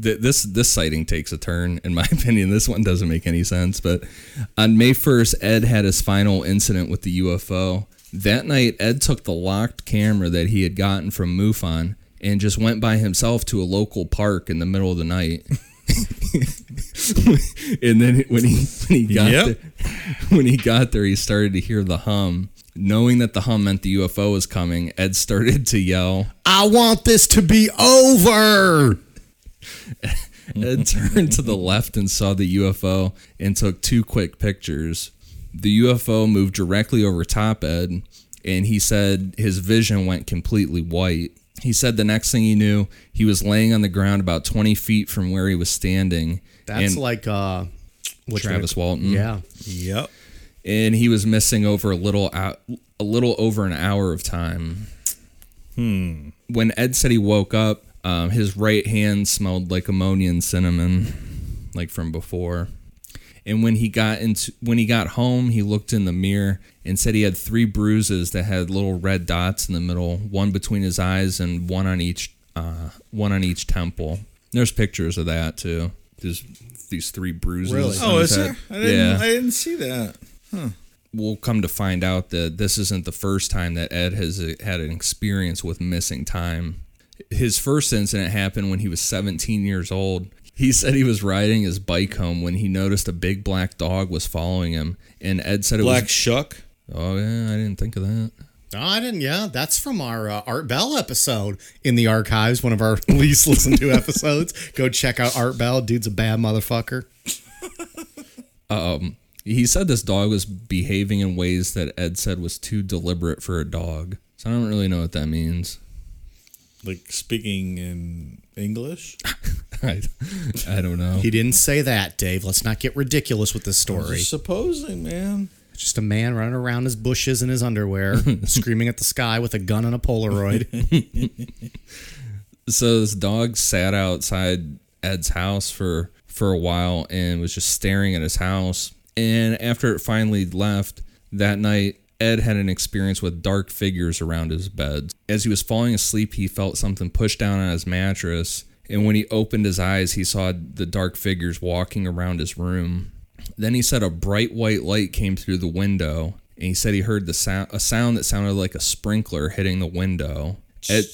B: th- this this sighting takes a turn in my <laughs> opinion this one doesn't make any sense but on may 1st ed had his final incident with the ufo that night ed took the locked camera that he had gotten from mufon and just went by himself to a local park in the middle of the night <laughs> and then when he when he got
C: Yep.
B: there, when he got there he started to hear the hum knowing that the hum meant the ufo was coming ed started to yell
A: I want this to be over.
B: Ed <laughs> turned to the left and saw the UFO and took two quick pictures. The UFO moved directly over top Ed, and he said his vision went completely white. He said the next thing he knew, he was laying on the ground about 20 feet from where he was standing.
A: That's
B: and
A: like uh, what you
B: Travis
A: wanna-
B: Walton.
A: Yeah,
C: Yep.
B: And he was missing over a little out, a little over an hour of time. Hmm. When Ed said he woke up, um, his right hand smelled like ammonia and cinnamon, like from before. And when he got into when he got home, he looked in the mirror and said he had three bruises that had little red dots in the middle, one between his eyes and one on each uh, one on each temple. There's pictures of that too. There's these three bruises.
A: Really?
B: on
C: Oh,
B: his
C: is
B: head.
C: there? I didn't,
B: yeah
C: I didn't see that.
B: we'll come to find out that this isn't the first time that Ed has uh, had an experience with missing time. His first incident happened when he was 17 years old. He said he was riding his bike home when he noticed a big black dog was following him, and Ed said it
C: Black
B: was.
C: Shuck.
B: Oh yeah, I didn't think of that.
A: no, Oh, I didn't. Yeah, that's from our uh, Art Bell episode in the archives. One of our <laughs> least listened to episodes. Go check out Art Bell. Dude's a bad motherfucker.
B: He said this dog was behaving in ways that Ed said was too deliberate for a dog. So I don't really know what that means. <laughs>
C: Like speaking in English.
B: I, I don't know.
A: He didn't say that, Dave. Let's not get ridiculous with this story.
C: Just supposing, man.
A: Just a man running around his bushes in his underwear, screaming at the sky with a gun and a Polaroid.
B: so this dog sat outside Ed's house for for a while and was just staring at his house. And after it finally left that night, Ed had an experience with dark figures around his bed. As he was falling asleep, he felt something push down on his mattress, and when he opened his eyes, he saw the dark figures walking around his room. Then he said a bright white light came through the window, and he said he heard the sound a sound that sounded like a sprinkler hitting the window. Ed,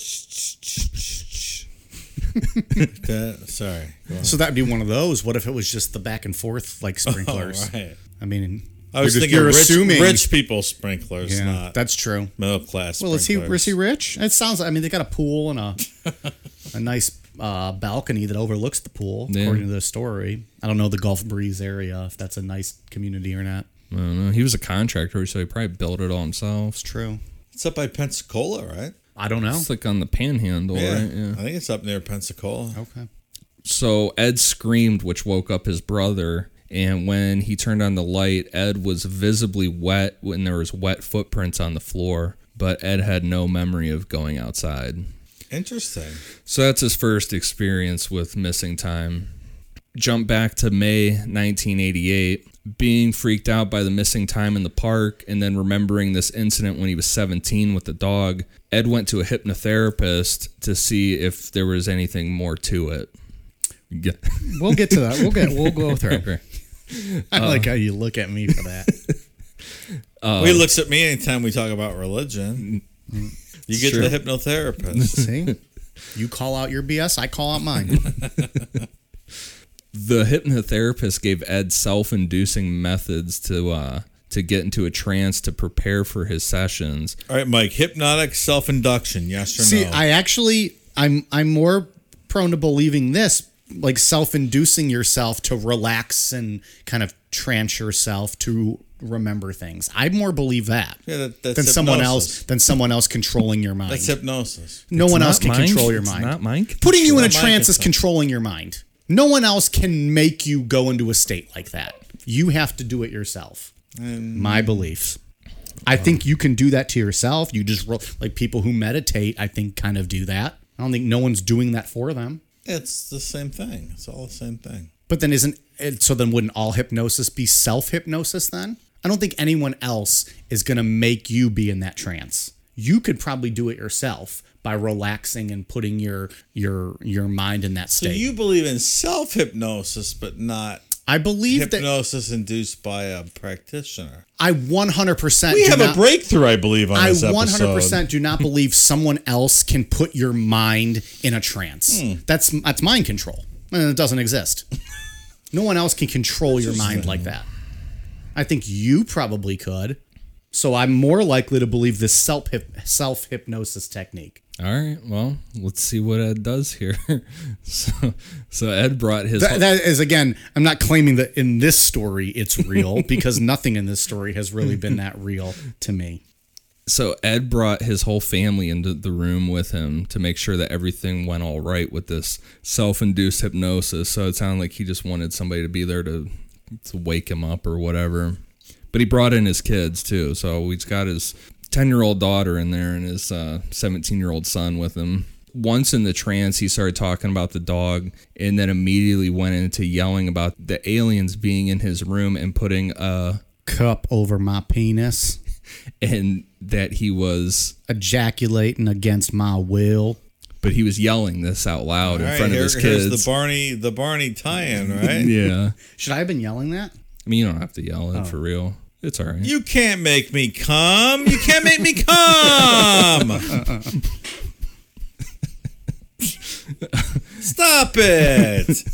C: That, sorry. Go
A: <laughs>
C: on.
A: so that'd be one of those. What if it was just the back and forth like sprinklers?
C: All right.
A: I mean,
C: I was
A: you're,
C: thinking
A: you're
C: rich,
A: assuming
C: rich people
A: <laughs>
C: sprinklers,
A: Yeah,
C: not
A: that's true.
C: middle class.
A: Well, is he
C: sprinklers.
A: is he rich? It sounds. I mean, they got a pool and a a nice uh, balcony that overlooks the pool,
B: Yeah.
A: according to the story. I don't know the Gulf Breeze area if that's a nice community or not.
B: I don't know. He was a contractor, so he probably built it all himself.
A: It's true.
C: It's up by Pensacola, right?
A: I don't know.
B: It's like on the panhandle, right? Yeah.
C: I think it's up near Pensacola.
A: Okay.
B: So Ed screamed, which woke up his brother, And when he turned on the light, Ed was visibly wet when there was wet footprints on the floor, but Ed had no memory of going outside.
C: Interesting.
B: So that's his first experience with missing time. Jump back to May 1988, being freaked out by the missing time in the park and then remembering this incident when he was 17 with the dog. Ed went to a hypnotherapist to see if there was anything more to it. Yeah. <laughs>
A: We'll get to that. We'll get. We'll go through. Uh,
B: Right.
A: I like how you look at me for that. Uh,
C: well, he looks at me anytime we talk about religion.
A: Mm,
C: You get
B: Sure.
C: the hypnotherapist. <laughs>
A: See, you call out your BS. I call out mine.
B: the hypnotherapist gave Ed self-inducing methods to uh, to get into a trance to prepare for his sessions.
C: All right, Mike. Hypnotic self-induction. Yes or
A: See,
C: no?
A: I actually, I'm, I'm more prone to believing this, like self-inducing yourself to relax and kind of trance yourself to remember things. I more believe that,
C: Yeah, that- that's
A: than someone
C: hypnosis.
A: else than someone else controlling your mind.
C: That's hypnosis.
A: no one
B: It's
A: else
B: not
A: can
B: mind-
A: control your
B: it's
A: mind.
B: Not mind. control.
A: Putting you in a
C: Not mind
A: trance is
C: control.
A: controlling your mind. No one else can make you go into a state like that. You have to do it yourself. My beliefs. I think you can do that to yourself. You just ro- like people who meditate. I think kind of do that. I don't think no one's doing that for them.
C: It's the same thing. It's all the same thing.
A: But then isn't it- so? Then wouldn't all hypnosis be self hypnosis? Then I don't think anyone else is gonna make you be in that trance. You could probably do it yourself by relaxing and putting your your your mind in that
C: So
A: state.
C: you believe in self-hypnosis, but not
A: I believe that
C: hypnosis induced by a practitioner.
A: I 100%
C: We
A: do
C: have
A: not,
C: a breakthrough, I believe, on
A: I
C: this episode.
A: 100% do not believe someone else can put your mind in a trance. That's that's mind control. And it doesn't exist. No one else can control your mind like that. I think you probably could. So I'm more likely to believe this self self hypnosis technique.
B: All right. Well, let's see what Ed does here. <laughs> so, so Ed brought his.
A: That, that is again, I'm not claiming that in this story it's <laughs> real because nothing in this story has really been that real to me.
B: so Ed brought his whole family into the room with him to make sure that everything went all right with this self-induced hypnosis. So it sounded like he just wanted somebody to be there to to wake him up or whatever. But he brought in his kids too. So he's got his 10-year-old daughter in there and his uh, 17-year-old son with him. Once in the trance, he started talking about the dog and then immediately went into yelling about the aliens being in his room and putting uh
A: Cup over my penis.
B: and that he was
A: ejaculating against my will.
B: but he was yelling this out loud
C: All
B: in
C: right,
B: front
C: here-
B: of his
C: here's
B: kids.
C: the Barney, the Barney
B: <laughs>
C: tie-in, right?
B: yeah.
A: Should I have been yelling that?
B: I mean, you don't have to yell it for real. It's all right.
C: Oh. You can't make me come. You can't make me
B: <laughs>
C: come. Stop
B: <laughs>
C: it.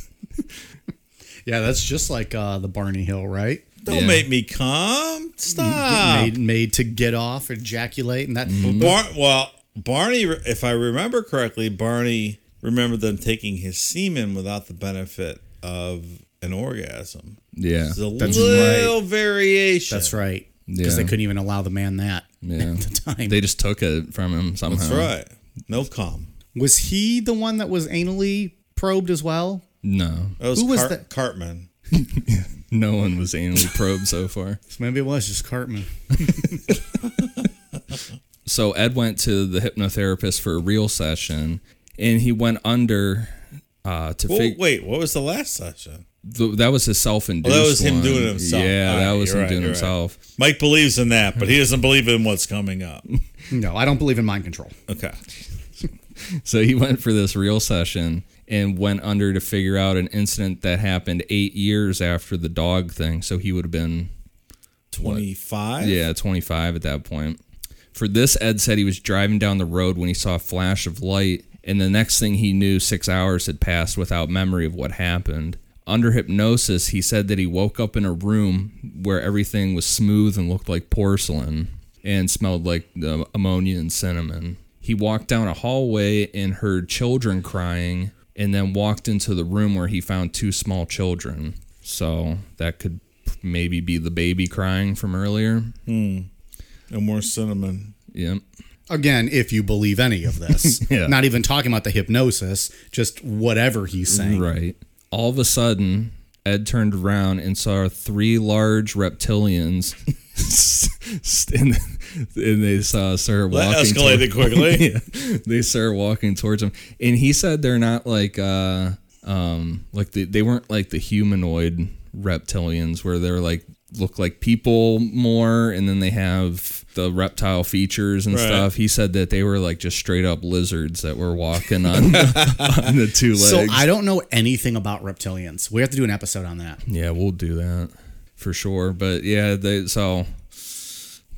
A: Yeah, that's just like uh, the Barney Hill, right?
C: Don't
B: Yeah.
C: make me come. Stop.
A: Made made to get off, ejaculate, and that.
B: Mm-hmm.
C: Bar- well, Barney, if I remember correctly, Barney remembered them taking his semen without the benefit of an orgasm.
B: yeah.
C: It's a
A: That's
C: little variation.
A: That's right. Because they
B: Yeah.
A: couldn't even allow the man that <laughs>
B: Yeah.
A: at the time.
B: They just took it from him somehow.
C: That's right. No cum.
A: was he the one that was anally probed as well?
B: No.
C: That was,
A: Who was
C: Car-
A: that?
C: Cartman.
B: No one was anally <laughs> probed so far.
A: So maybe it was just Cartman.
B: So Ed went to the hypnotherapist for a real session and he went under uh, to
C: Well,
B: figure
C: wait, what was the last session?
B: that was his self-induced.
C: Oh, that was him
B: one.
C: doing it himself.
B: Yeah,
C: All
B: that
C: right,
B: was
C: you're
B: him
C: right,
B: doing
C: you're right.
B: himself.
C: Mike believes in that, but he doesn't believe in what's coming
B: <laughs>
C: up.
A: No, I don't believe in mind control.
C: Okay.
B: So he went for this real session and went under to figure out an incident that happened eight years after the dog thing. So he would have been
C: 25?
B: Yeah, 25 at that point. For this, Ed said he was driving down the road when he saw a flash of light, and the next thing he knew, six hours had passed without memory of what happened. Under hypnosis, he said that he woke up in a room where everything was smooth and looked like porcelain and smelled like the ammonia and cinnamon. He walked down a hallway and heard children crying, and then walked into the room where he found two small children. So that could maybe be the baby crying from earlier.
C: And more cinnamon.
B: Yep.
A: Again, if you believe any of this,
B: <laughs> Yeah.
A: not even talking about the hypnosis, just whatever he's saying.
B: Right. All of a sudden, Ed turned around and saw three large reptilians. <laughs> and, and they saw Sarah
C: Well, that
B: walking.
C: escalated quickly.
B: <laughs> yeah, they started walking towards him, and he said they're not like uh um like the, they weren't like the humanoid reptilians where they're like look like people more, and then they have the reptile features and
C: Right.
B: stuff. He said that they were like just straight up lizards that were walking on, <laughs> on the two legs.
A: So I don't know anything about reptilians. We have to do an episode on that.
B: Yeah, we'll do that for sure. But yeah, they so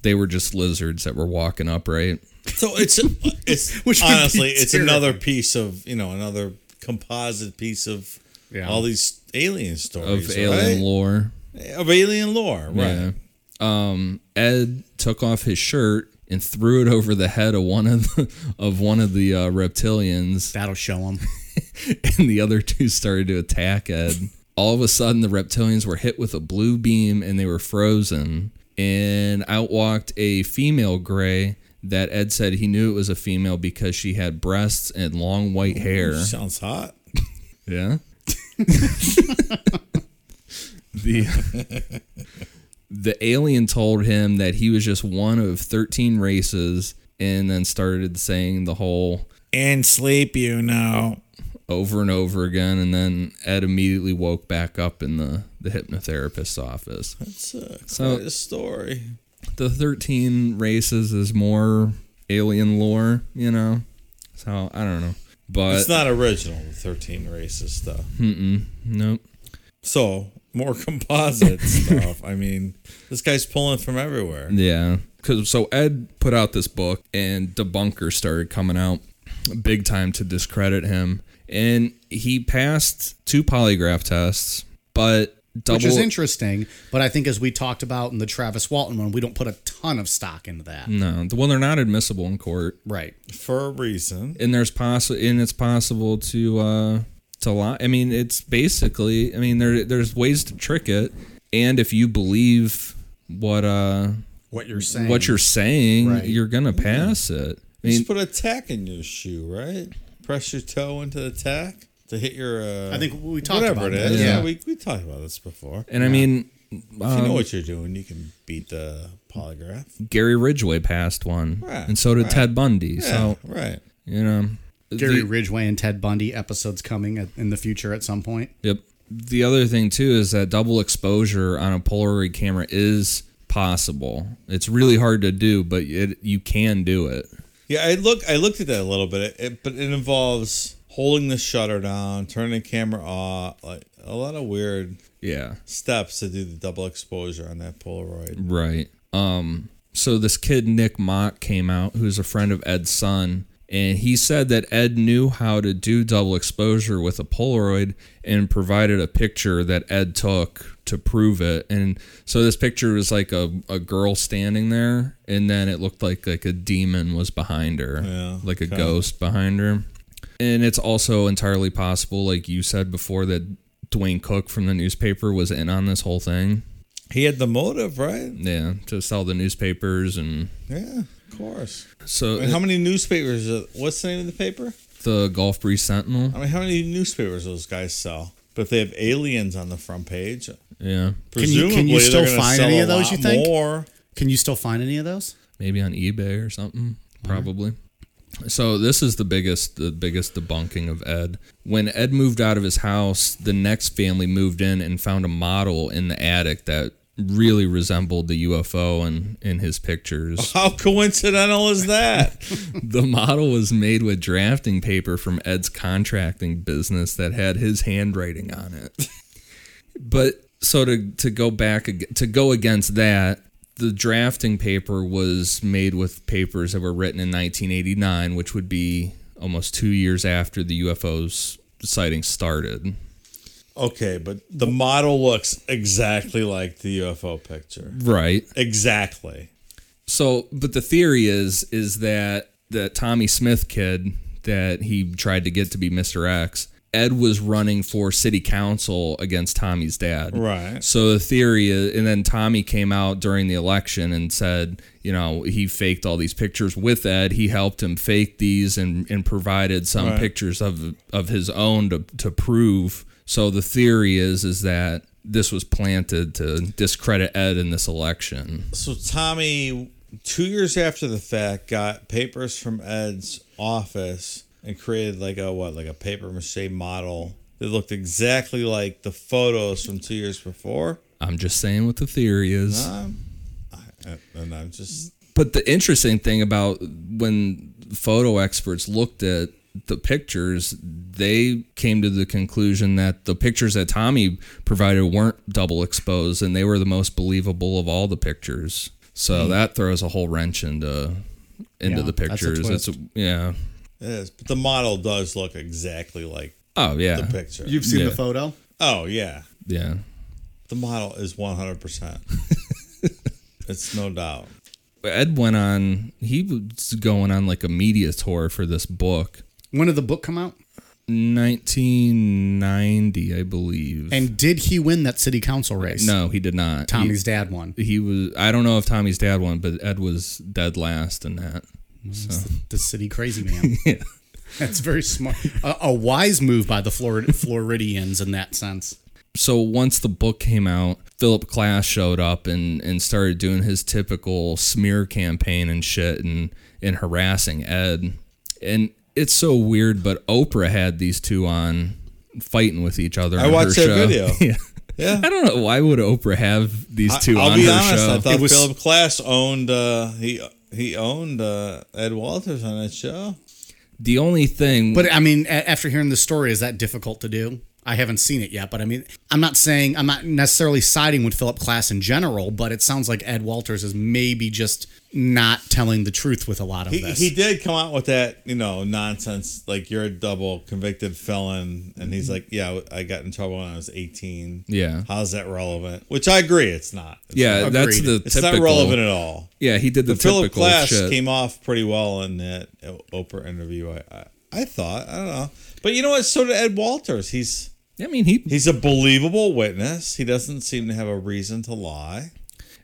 B: they were just lizards that were walking upright.
C: So it's it's
A: <laughs> Which would be
C: honestly it's
A: terrible.
C: another piece of you know another composite piece of
A: Yeah.
C: all these alien
B: Of
C: stories
B: alien
C: right?
B: lore.
C: of alien lore, right?
B: Yeah. Um, Ed took off his shirt and threw it over the head of one of the, of one of the uh, reptilians,
A: That'll show them.
B: <laughs> and the other two started to attack Ed. All of a sudden, the reptilians were hit with a blue beam and they were frozen. And out walked a female gray that Ed said he knew it was a female because she had breasts and long white hair.
C: Sounds hot.
B: Yeah. <laughs> the the alien told him that he was just one of 13 races and then started saying the whole
C: And sleep, you know.
B: over and over again and then Ed immediately woke back up in the the hypnotherapist's office.
C: It's a,
B: So-
C: quite a story.
B: The 13 races is more alien lore, you know. So, I don't know. But
C: It's not original. The thirteen races stuff.
B: nope.
C: So more <laughs> composite stuff. I mean, this guy's pulling from everywhere.
B: Yeah. Cause so Ed put out this book and debunkers started coming out big time to discredit him. And he passed two polygraph tests, but double
A: Which is interesting, but I think as we talked about in the Travis Walton one, we don't put a ton of stock into that.
B: no. Well, they're not admissible in court.
A: Right.
C: for a reason.
B: And there's possible and it's possible to uh to lie. I mean, it's basically I mean there there's ways to trick it. And if you believe what uh
A: What you're saying.
B: what you're saying,
A: Right.
B: you're gonna pass it. I mean,
C: Just put a tack in your shoe, right? Press your toe into the tack to hit your. Uh,
A: I think we talked
C: whatever
A: about
C: it
A: that,
C: is.
B: yeah.
C: Yeah, we, we talked about this before.
B: and I mean
C: if you
A: Um,
C: know what you're doing, you can beat the polygraph.
B: Gary Ridgway passed one,
C: Right,
B: and so did
C: right.
B: Ted Bundy.
C: Yeah,
B: So
C: right.
B: you know,
A: Gary
B: the-
A: Ridgway and Ted Bundy episodes coming at, in the future at some point.
B: Yep. The other thing too is that double exposure on a Polaroid camera is possible. It's really hard to do, but it, you can do it.
C: Yeah, I look. I looked at that a little bit, it, but it involves holding the shutter down, turning the camera off, like a lot of weird
B: Yeah.
C: steps to do the double exposure on that Polaroid.
B: Right. Um. So this kid Nick Mott came out, who's a friend of Ed's son, and he said that Ed knew how to do double exposure with a Polaroid and provided a picture that Ed took to prove it. And so this picture was like a, a girl standing there, and then it looked like like a demon was behind her,
C: Yeah,
B: like a
C: okay.
B: ghost behind her. And it's also entirely possible, like you said before, that Dwayne Cook from the newspaper was in on this whole thing.
C: He had the motive, right?
B: Yeah, to sell the newspapers and
C: Yeah, of course.
B: so
C: I mean, how many newspapers? uh, What's the name of the paper?
B: the Golf Breeze Sentinel.
C: I mean, how many newspapers those guys sell? But if they have aliens on the front page,
B: Yeah,
A: you-
C: presumably
A: can you
C: they're
A: still
C: gonna
A: find
C: sell
A: any
C: a
A: of those,
C: lot
A: you think?
C: More.
A: Can you still find any of those?
B: maybe on eBay or something, probably. So this is the biggest the biggest debunking of Ed. When Ed moved out of his house, the next family moved in and found a model in the attic that really resembled the UFO in, in his pictures.
C: How coincidental is that?
B: the model was made with drafting paper from Ed's contracting business that had his handwriting on it. <laughs> but so to to go back ag- to go against that, the drafting paper was made with papers that were written in 1989, which would be almost 2 years after the UFO's sighting started.
C: okay, but the model looks exactly like the UFO picture.
B: Right.
C: Exactly.
B: So, but the theory is is that the Tommy Smith kid that he tried to get to be Mr. X, Ed was running for city council against Tommy's dad.
C: Right.
B: So the theory is, and then Tommy came out during the election and said, you know, he faked all these pictures with Ed. He helped him fake these and and provided some pictures of of his own to to prove. So the theory is is that this was planted to discredit Ed in this election.
C: So Tommy, two years after the fact, got papers from Ed's office and created like a what, like a paper mache model that looked exactly like the photos from two years before.
B: I'm just saying what the theory is.
C: And- And I'm just
B: But the interesting thing about when photo experts looked at the pictures, they came to the conclusion that the pictures that Tommy provided weren't double exposed and they were the most believable of all the pictures. So that throws a whole wrench into into
A: Hmm. Yeah,
B: the
A: that's a
B: pictures. It's a,
A: twist.
B: yeah.
C: it is, but the model does look exactly like
B: Oh yeah.
C: the picture.
G: You've seen
B: Yeah.
G: the photo?
C: oh yeah,
B: yeah.
C: the model is 100.
B: <laughs>
C: percent It's no doubt.
B: Ed went on he was going on like a media tour for this book.
G: When did the book come out?
B: 1990, I believe.
A: And
G: Did he win that city council race?
B: no, he did not. He-
G: Tommy's dad won.
B: he was I don't know if Tommy's dad won, but Ed was dead last in that. So
G: The city crazy man.
B: <laughs> Yeah.
G: That's very smart.
A: a, a wise move by the Florid- Floridians in that sense.
B: so once the book came out, Philip Class showed up and, and started doing his typical smear campaign and shit and, and harassing Ed. And it's so weird, but Oprah had these two on fighting with each other.
C: I
B: on
C: watched
B: her
C: that
B: show.
C: video.
B: <laughs> yeah. I don't know why would Oprah have these two
C: I, will
B: on
C: be
B: her
C: honest.
B: show.
C: I thought
G: It was-
C: Philip Class owned. Uh, he he owned uh, Ed Walters on that show.
B: the only thing
A: But I mean, a- after hearing the story, is that difficult to do? I haven't seen it yet, but I mean, I'm not saying I'm not necessarily siding with Philip Class in general, but it sounds like Ed Walters is maybe just not telling the truth with a lot of
C: He,
A: this.
C: he did come out with that, you know, nonsense. Like you're a double convicted felon, and he's like, "Yeah, I got in trouble when I was 18."
B: Mm-hmm. Yeah.
C: how's that relevant? Which I agree, it's not. It's
B: yeah,
C: not-
B: that's the
A: Agreed.
C: it's
B: typical.
C: not relevant at all.
B: Yeah, he did the
C: But Philip
B: typical
C: Glass
B: shit.
C: came off pretty well in that Oprah interview. I, I I thought I don't know, but you know what? So did Ed Walters. He's
B: I mean, he
C: he's a believable witness. He doesn't seem to have a reason to lie.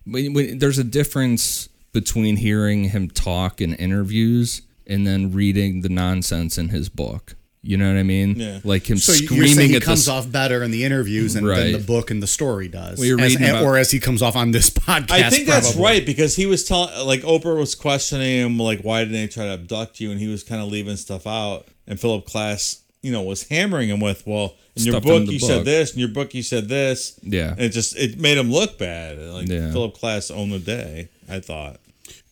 B: when, when, there's a difference between hearing him talk in interviews and then reading the nonsense in his book. You know what I mean?
C: Yeah.
B: Like him
G: So you're saying
B: screaming
G: he
B: at
G: comes
B: the.
G: off better in the interviews and than
B: Right.
G: the book and the story does,
B: Well, you're
G: as,
A: eh,
B: reading about-
G: or as he comes off on
A: <laughs>
G: this podcast.
C: I think that's
G: probably.
C: right because he was telling, like Oprah was questioning him, like why didn't they try to abduct you, and he was kind of leaving stuff out. And Philip Class, you know, was hammering him with, well, in your
B: Stuff in
C: book
B: the
C: you
B: book.
C: said this, in your book you said this.
B: Yeah.
C: and it just it made him look bad. Like
B: Yeah.
C: Philip Class owned the day. I thought.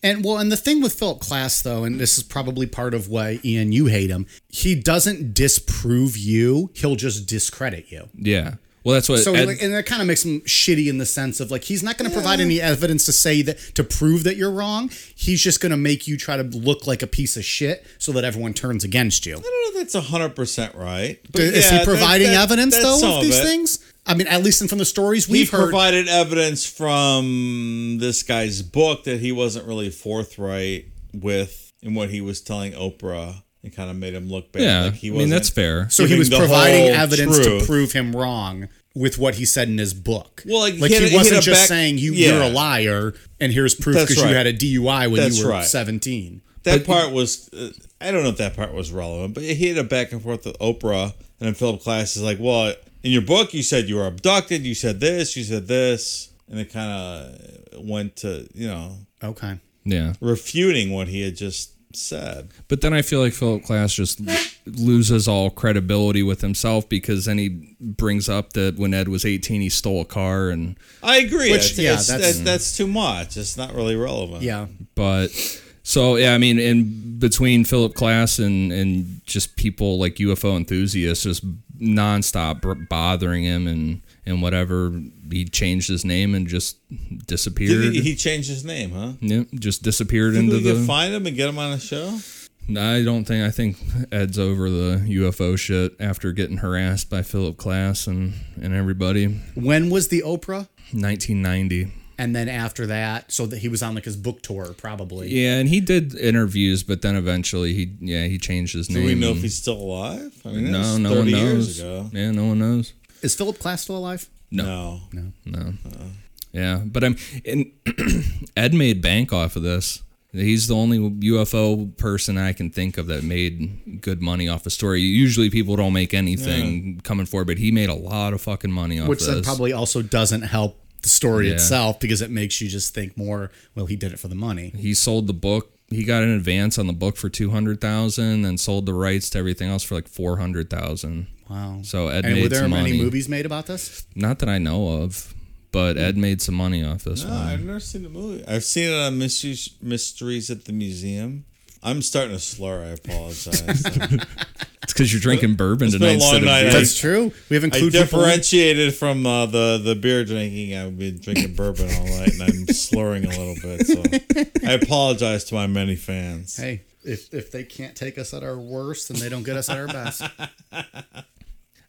A: And well, and the thing with Philip Class, though, and this is probably part of why Ian you hate him. He doesn't disprove you; he'll just discredit you.
B: yeah. Well, that's what.
C: Uh,
A: So,
B: Ed-
A: like, and that kind of makes him shitty in the sense of like he's not going to provide any evidence to say that to prove that you're wrong. He's just going to make you try to look like a piece of shit so that everyone turns against you.
C: I don't know if that's hundred percent right. But
A: Is
C: yeah,
A: he
C: that-
A: providing
C: that-
A: evidence
C: that's
A: though
C: some
A: of these
C: it.
A: things? I mean, at least in from the stories
C: He
A: we've heard.
C: provided evidence from this guy's book that he wasn't really forthright with in what he was telling Oprah. It kind of made him look bad.
B: yeah.
C: like he
B: I
C: wasn't,
B: mean, that's fair.
A: so he
C: giving
A: was
C: the
A: providing
C: whole
A: evidence to
C: truth.
A: prove him wrong with what he said in his book.
C: Well, like, he
A: he,
C: had a- he had
A: wasn't
C: a
A: just
C: back-
A: saying you
C: yeah.
A: you're a liar and here's proof
C: That's
A: because you
C: right.
A: had a DUI when
C: That's
A: you were
C: right.
A: 17.
C: That part was. Uh, I don't know if that part was relevant, but he had a back and forth with Oprah, and then Philip Class is like, "Well, in your book, you said you were abducted. You said this. You said this." And it kind of went to you know
A: Okay.
B: Yeah.
C: refuting what he had just said.
B: But then I feel like Philip Class just l- loses all credibility with himself because then he brings up that when Ed was 18, he stole a car and
C: I agree.
A: Which,
C: it's,
A: yeah,
C: it's-
A: that's-
C: that's, that's too much. It's not really relevant.
A: Yeah.
B: but so yeah i mean in between philip class and and just people like ufo enthusiasts just nonstop b- bothering him and and whatever he changed his name and just disappeared
C: Did he, he changed his name, huh?
B: yeah, just disappeared
C: Did
B: into
C: we
B: the
C: get find him and get him on a show?
B: i don't think i think ed's over the ufo shit after getting harassed by philip class and and everybody
A: When was the Oprah?
B: 1990
A: And then after that, so that he was on like his book tour probably.
B: yeah and he did interviews but then eventually he yeah he changed his
C: Do
B: name
C: we know
B: and-
C: if he's still alive? I mean, that
B: no
C: was
B: no one
C: 30
B: knows
C: Years ago.
B: yeah no one knows
A: Is Philip Class still alive?
C: No.
B: <clears throat> No. Yeah, but I'm and Ed made bank off of this. He's the only UFO person I can think of that made good money off a story. Usually people don't make anything coming forward, but he made a lot of fucking money off
A: Which
B: this.
A: then probably also doesn't help the story
B: Yeah.
A: itself because it makes you just think more, well, he did it for the money.
B: he sold the book. He got an advance on the book for 200,000 and sold the rights to everything else for like 400,000.
A: Wow.
B: So Ed
A: and
B: made
A: were there
B: some
A: many
B: money.
A: movies made about this?
B: Not that I know of, but Ed made some money off this
C: No,
B: one.
C: I've never seen the movie. I've seen it on Mysteries, Mysteries at the Museum. I'm starting to slur. I
B: <laughs>
C: apologize.
B: It's because you're drinking bourbon
C: It's been
B: tonight
C: a long
B: instead of
C: night.
B: beer.
C: I-
A: That's true. We have
C: I
A: included people in-
C: differentiated from uh, the the beer drinking. I've been drinking bourbon all night, and I'm slurring a little bit. So I apologize to my many fans.
A: Hey, if, if they can't take us at our worst, then they don't get us at our
B: <laughs>
A: best.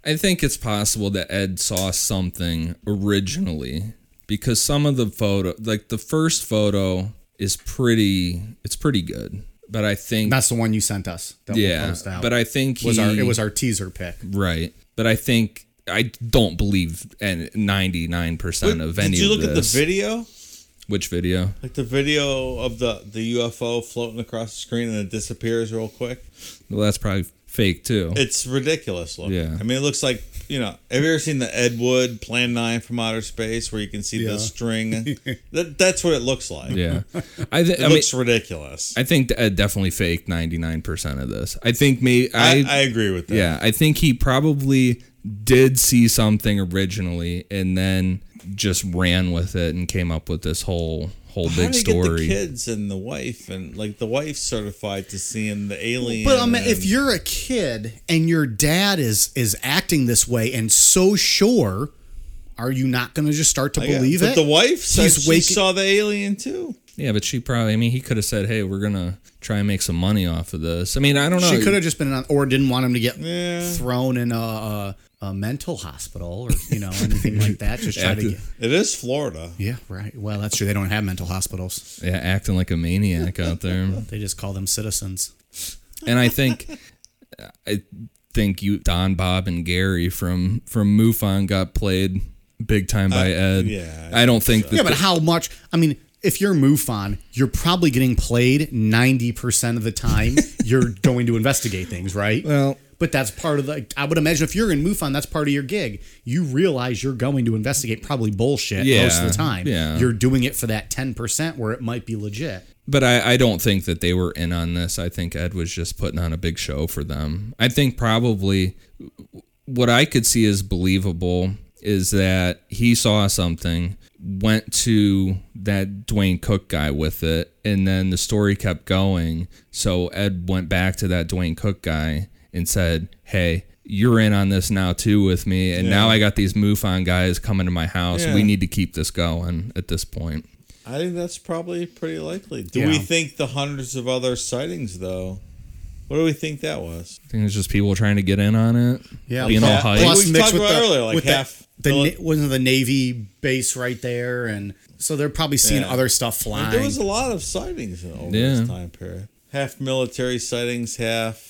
B: I think it's possible that Ed saw something originally because some of the photo, like the first photo, is pretty. It's pretty good, but I think
A: That's the one you sent us. That we'll
B: yeah.
A: post out.
B: But I think
A: was our
B: he-
A: it was our teaser pick.
B: right. But I think I don't believe and ninety nine percent of any.
C: Did you
B: of
C: look at the
B: this.
C: video?
B: Which video?
C: Like the video of the the UFO floating across the screen and it disappears real quick.
B: Well, that's probably fake too.
C: It's ridiculous looking.
B: Yeah.
C: I mean, it looks like you know. Have you ever seen the Ed Wood Plan Nine from Outer Space, where you can see
A: Yeah.
C: the string? that, that's what it looks like.
B: yeah,
C: <laughs>
B: I,
C: It
B: th- I mean,
C: looks ridiculous.
B: I think Ed definitely faked ninety nine percent of this. I think maybe
C: I, I, agree with that.
B: Yeah, I think he probably did see something originally and then just ran with it and came up with this whole whole
C: How
B: big
C: do you get the
B: story.
C: kids and the wife and like the wife certified to seeing the alien?
A: But I mean,
C: and-
A: if you're a kid and your dad is is acting this way and so sure, are you not going to just start to
C: I got-
A: believe
C: but
A: it?
C: the wife said
A: He's
C: she
A: waking-
C: saw the alien too.
B: Yeah, but she probably I mean he could have said, "Hey, we're going to try and make some money off of this." I mean, I don't know.
A: she could have just been on, or didn't want him to get
C: Yeah.
A: thrown in a, a, a mental hospital or you know
C: <laughs>
A: anything like that. Just try to
B: Acted-
A: get.
C: It is Florida.
A: Yeah, right. Well, that's true. They don't have mental hospitals.
B: yeah, acting like a maniac out there.
A: They just call them citizens.
B: and I think I think you Don Bob and Gary from from MUFON got played big time by Ed.
C: yeah,
B: I, don't think that
A: Yeah, but how much? I mean, if you're MUFON, you're probably getting played 90% of the
B: <laughs>
A: time you're going to investigate things, right? Well, but that's part of the. I would imagine if you're in MUFON, that's part of your gig. You realize you're going to investigate probably bullshit most of
B: Yeah,
A: the time.
B: yeah.
A: You're doing it for that 10% where it might be legit.
B: But I, I don't think that they were in on this. I think Ed was just putting on a big show for them. I think probably what I could see as believable is that he saw something, went to that Dwayne Cook guy with it, and then the story kept going. So Ed went back to that Dwayne Cook guy and said, Hey, you're in on this now too with me. And now I got these MUFON guys coming to my house.
C: Yeah.
B: We need to keep this going at this point.
C: I think that's probably pretty likely. Do
A: Yeah.
C: we think the hundreds of other sightings though? What do we think that was?
B: I think it's just people trying to get in on it. being all
C: Yeah,
B: hyped.
C: plus- we talked about earlier, like
A: the-
C: half-
A: The, na- wasn't the Navy base right there, and so they're probably seeing
C: Yeah.
A: other stuff
C: I mean,
A: flying.
C: there was a lot of sightings in- over
B: Yeah.
C: this time period. Half military sightings, half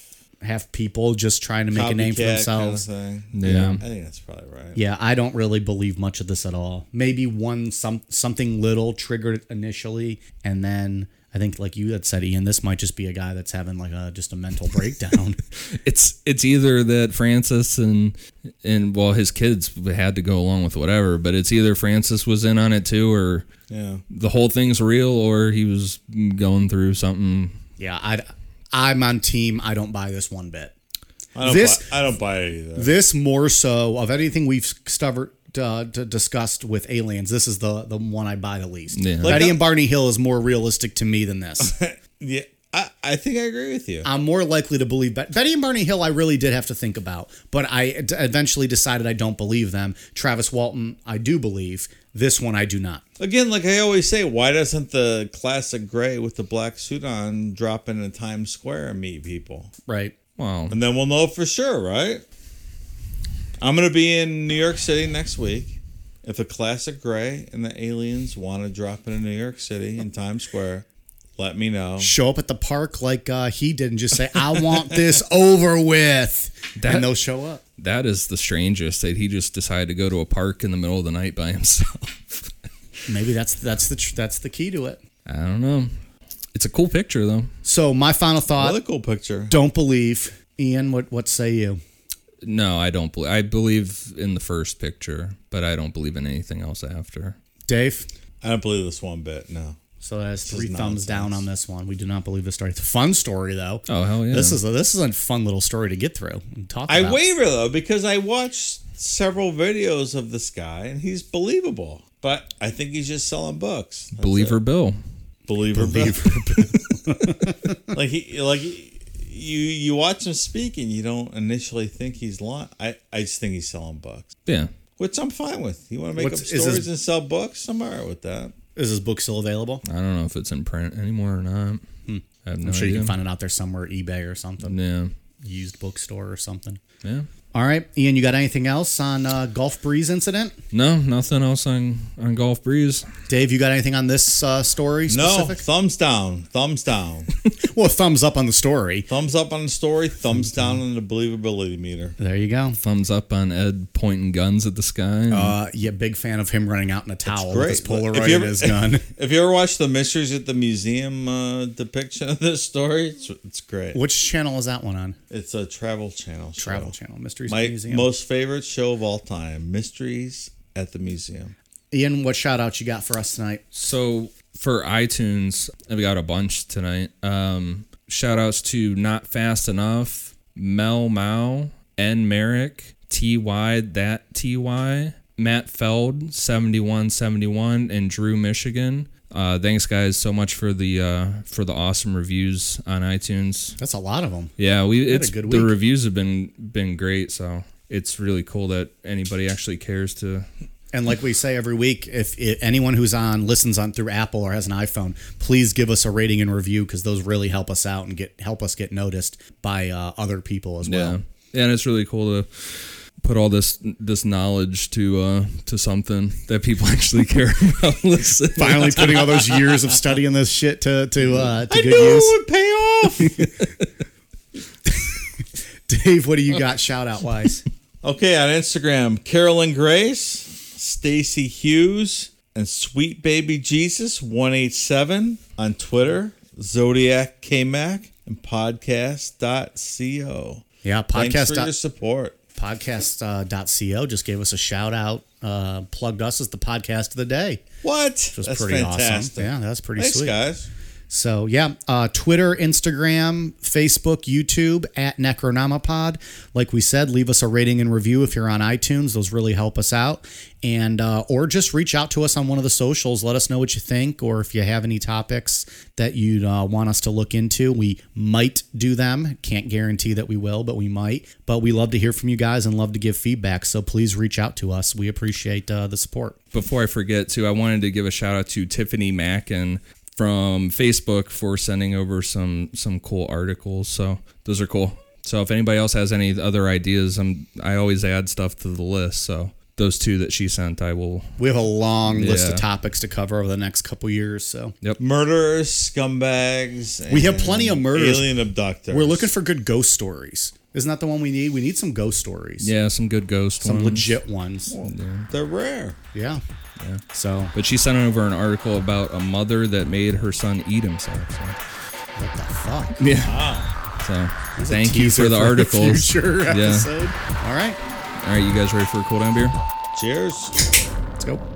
A: half people just trying to make a name for
C: copycat kinda
A: themselves.
C: thing.
B: Yeah.
C: I think that's probably right.
A: Yeah, I don't really believe much of this at all. Maybe one some something little triggered it initially, and then I think like you had said, Ian, this might just be a guy that's having like a just a mental breakdown.
B: it's it's either that Francis and and well his kids had to go along with whatever, but it's either Francis was in on it too, or
C: Yeah.
B: the whole thing's real, or he was going through something.
A: yeah, I I'm on team. I don't buy this one bit.
C: I don't
A: This-
C: buy, I don't buy it either.
A: This more so of anything we've covered. Uh, d- discussed with aliens. This is the the one I buy the least.
B: Yeah. Like
A: Betty
C: the-
A: and Barney Hill is more realistic to me than this.
C: yeah. I, I think I agree with you.
A: I'm more likely to believe Bet- Betty and Barney Hill. I really did have to think about, but I e-, d- eventually decided I don't believe them. Travis Walton, I do believe. This one, I do not.
C: Again, like I always say, why doesn't the classic gray with the black suit on drop into Times Square and meet people?
A: Right?
B: Wow,
C: And then we'll know for sure, right? I'm going to be in New York City next week. If the classic gray and the aliens want to drop into New York City in Times Square, let me know.
A: Show up at the park like uh, he did and just say, "I
B: <laughs>
A: want this over with,"
B: That-
A: and they'll show up.
B: that is the strangest that he just decided to go to a park in the middle of the night by <laughs> himself.
A: Maybe that's that's the tr- that's the key to it.
B: I don't know. It's a cool picture though.
A: So my final thought:
C: Another cool picture.
A: don't believe. Ian, what what say you?
B: No, I don't believe. I believe in the first picture, but I don't believe in anything else after.
A: Dave?
C: I don't believe this one bit. No.
A: So that is three
C: is
A: thumbs down
C: nonsense.
A: on this one. We do not believe the story. It's a fun story though.
B: Oh hell yeah!
A: This is a, this is a fun little story to get through and talk.
C: I
A: about.
C: waver though because I watched several videos of this guy and he's believable. But I think he's just selling books. That's
B: believer Bill.
C: it. believer, <laughs> like he, like he- you, you watch him speak and you don't initially think he's lying. I, I just think he's selling books,
B: Yeah,
C: which I'm fine with. You want to make
A: What's-
C: up
A: is his-
C: stories and sell books? I'm alright with that.
A: Is this book still available?
B: I don't know if it's in print anymore or not. I have no
A: Hmm. I'm sure
B: idea.
A: you can find it out there somewhere, eBay or something,
B: Yeah,
A: used bookstore or something.
B: yeah.
A: All right, Ian, you got anything else on uh, Gulf Breeze incident?
B: No, nothing else on on Golf Breeze.
A: Dave, you got anything on this uh, story
C: No,
A: specific?
C: thumbs down,
A: <laughs>
C: thumbs down,
A: Well, thumbs up on the story.
C: thumbs up on the story, thumbs down on the believability meter.
A: There you go.
B: Thumbs up on Ed pointing guns at the sky.
A: Uh, yeah, big fan of him running out in a towel with his
C: Great. If you
A: Polaroid and
C: ever-
A: his gun.
C: If you ever watched the Mysteries at the Museum uh, depiction of this story, it's, it's great.
A: Which channel is that one on?
C: It's a Travel Channel show.
A: Travel Channel, Mysteries at
C: My
A: the Museum.
C: most favorite show of all time, Mysteries at the Museum.
A: Ian, what shout out you got for us tonight?
B: So for iTunes, I've got a bunch tonight. Um, shout outs to Not Fast Enough, Mel Mao, N Merrick, TY That TY, Matt Feld, 7171, and Drew Michigan. Uh, thanks guys so much for the uh, for the awesome reviews on iTunes.
A: That's a lot of them.
B: Yeah, we
A: a
B: it's
A: good
B: the
A: week.
B: reviews have been been great, so it's really cool that anybody actually cares to
A: And like we say every week, if, if anyone who's on listens on through Apple or has an iPhone, please give us a rating and review because those really help us out and get help us get noticed by uh, other people as well.
B: Yeah, and it's really cool to put all this this knowledge to uh to something that people <laughs> actually
A: <laughs>
B: care about listening.
A: Finally,
C: <laughs>
A: putting all those years of studying this shit to to uh, to
C: I
A: good
C: knew
A: use. <laughs>
C: it would pay off.
A: Dave, what do you got? Shout out
C: <laughs>
A: wise.
C: Okay, on Instagram, Carolyn Grace, Stacy Hughes, and Sweet Baby Jesus 187 on Twitter, Zodiac KMac, and podcast.co.
A: Yeah,
C: Thanks
A: podcast
C: for
A: dot-
C: your support.
A: podcast uh, dot co just gave us a shout out. Uh, plugged us as the podcast of the day.
C: What?
A: Which was pretty awesome. Yeah, that's pretty
C: Thanks,
A: sweet.
C: guys.
A: So yeah, uh, Twitter, Instagram, Facebook, YouTube at Necronomapod. Like we said, leave us a rating and review if you're on iTunes. Those really help us out. And uh, or just reach out to us on one of the socials. Let us know what you think, or if you have any topics that you'd uh, want us to look into. We might do them. Can't guarantee that we will, but we might. But we love to hear from you guys and love to give feedback. So please reach out to us. We appreciate uh, the support.
B: Before I forget too, I wanted to give a shout out to Tiffany Mackin from Facebook for sending over some some cool articles. So those are cool. So if anybody else has any other ideas, I'm I always add stuff to the list. So those two that she sent, I will.
A: We have a long list of
B: Yeah.
A: topics to cover over the next couple years. So.
C: Murderers, scumbags.
A: We have
C: and
A: plenty of murders.
C: Alien abductors.
A: We're looking for good ghost stories. Isn't that the one we need? We need some ghost stories.
B: Yeah, Mm-hmm. some good ghost
A: Some
B: ones.
A: legit ones.
C: They're rare.
A: Yeah. Yeah. So
B: But she sent over an article about a mother that made her son eat himself. So.
A: what the fuck? That's
B: So
A: a
B: thank you
A: teaser
B: for the
A: a
B: articles.
A: Future
B: <laughs> Yeah.
A: episode. All right.
B: All right, you guys ready for a cool down beer?
C: Cheers.
A: Let's go.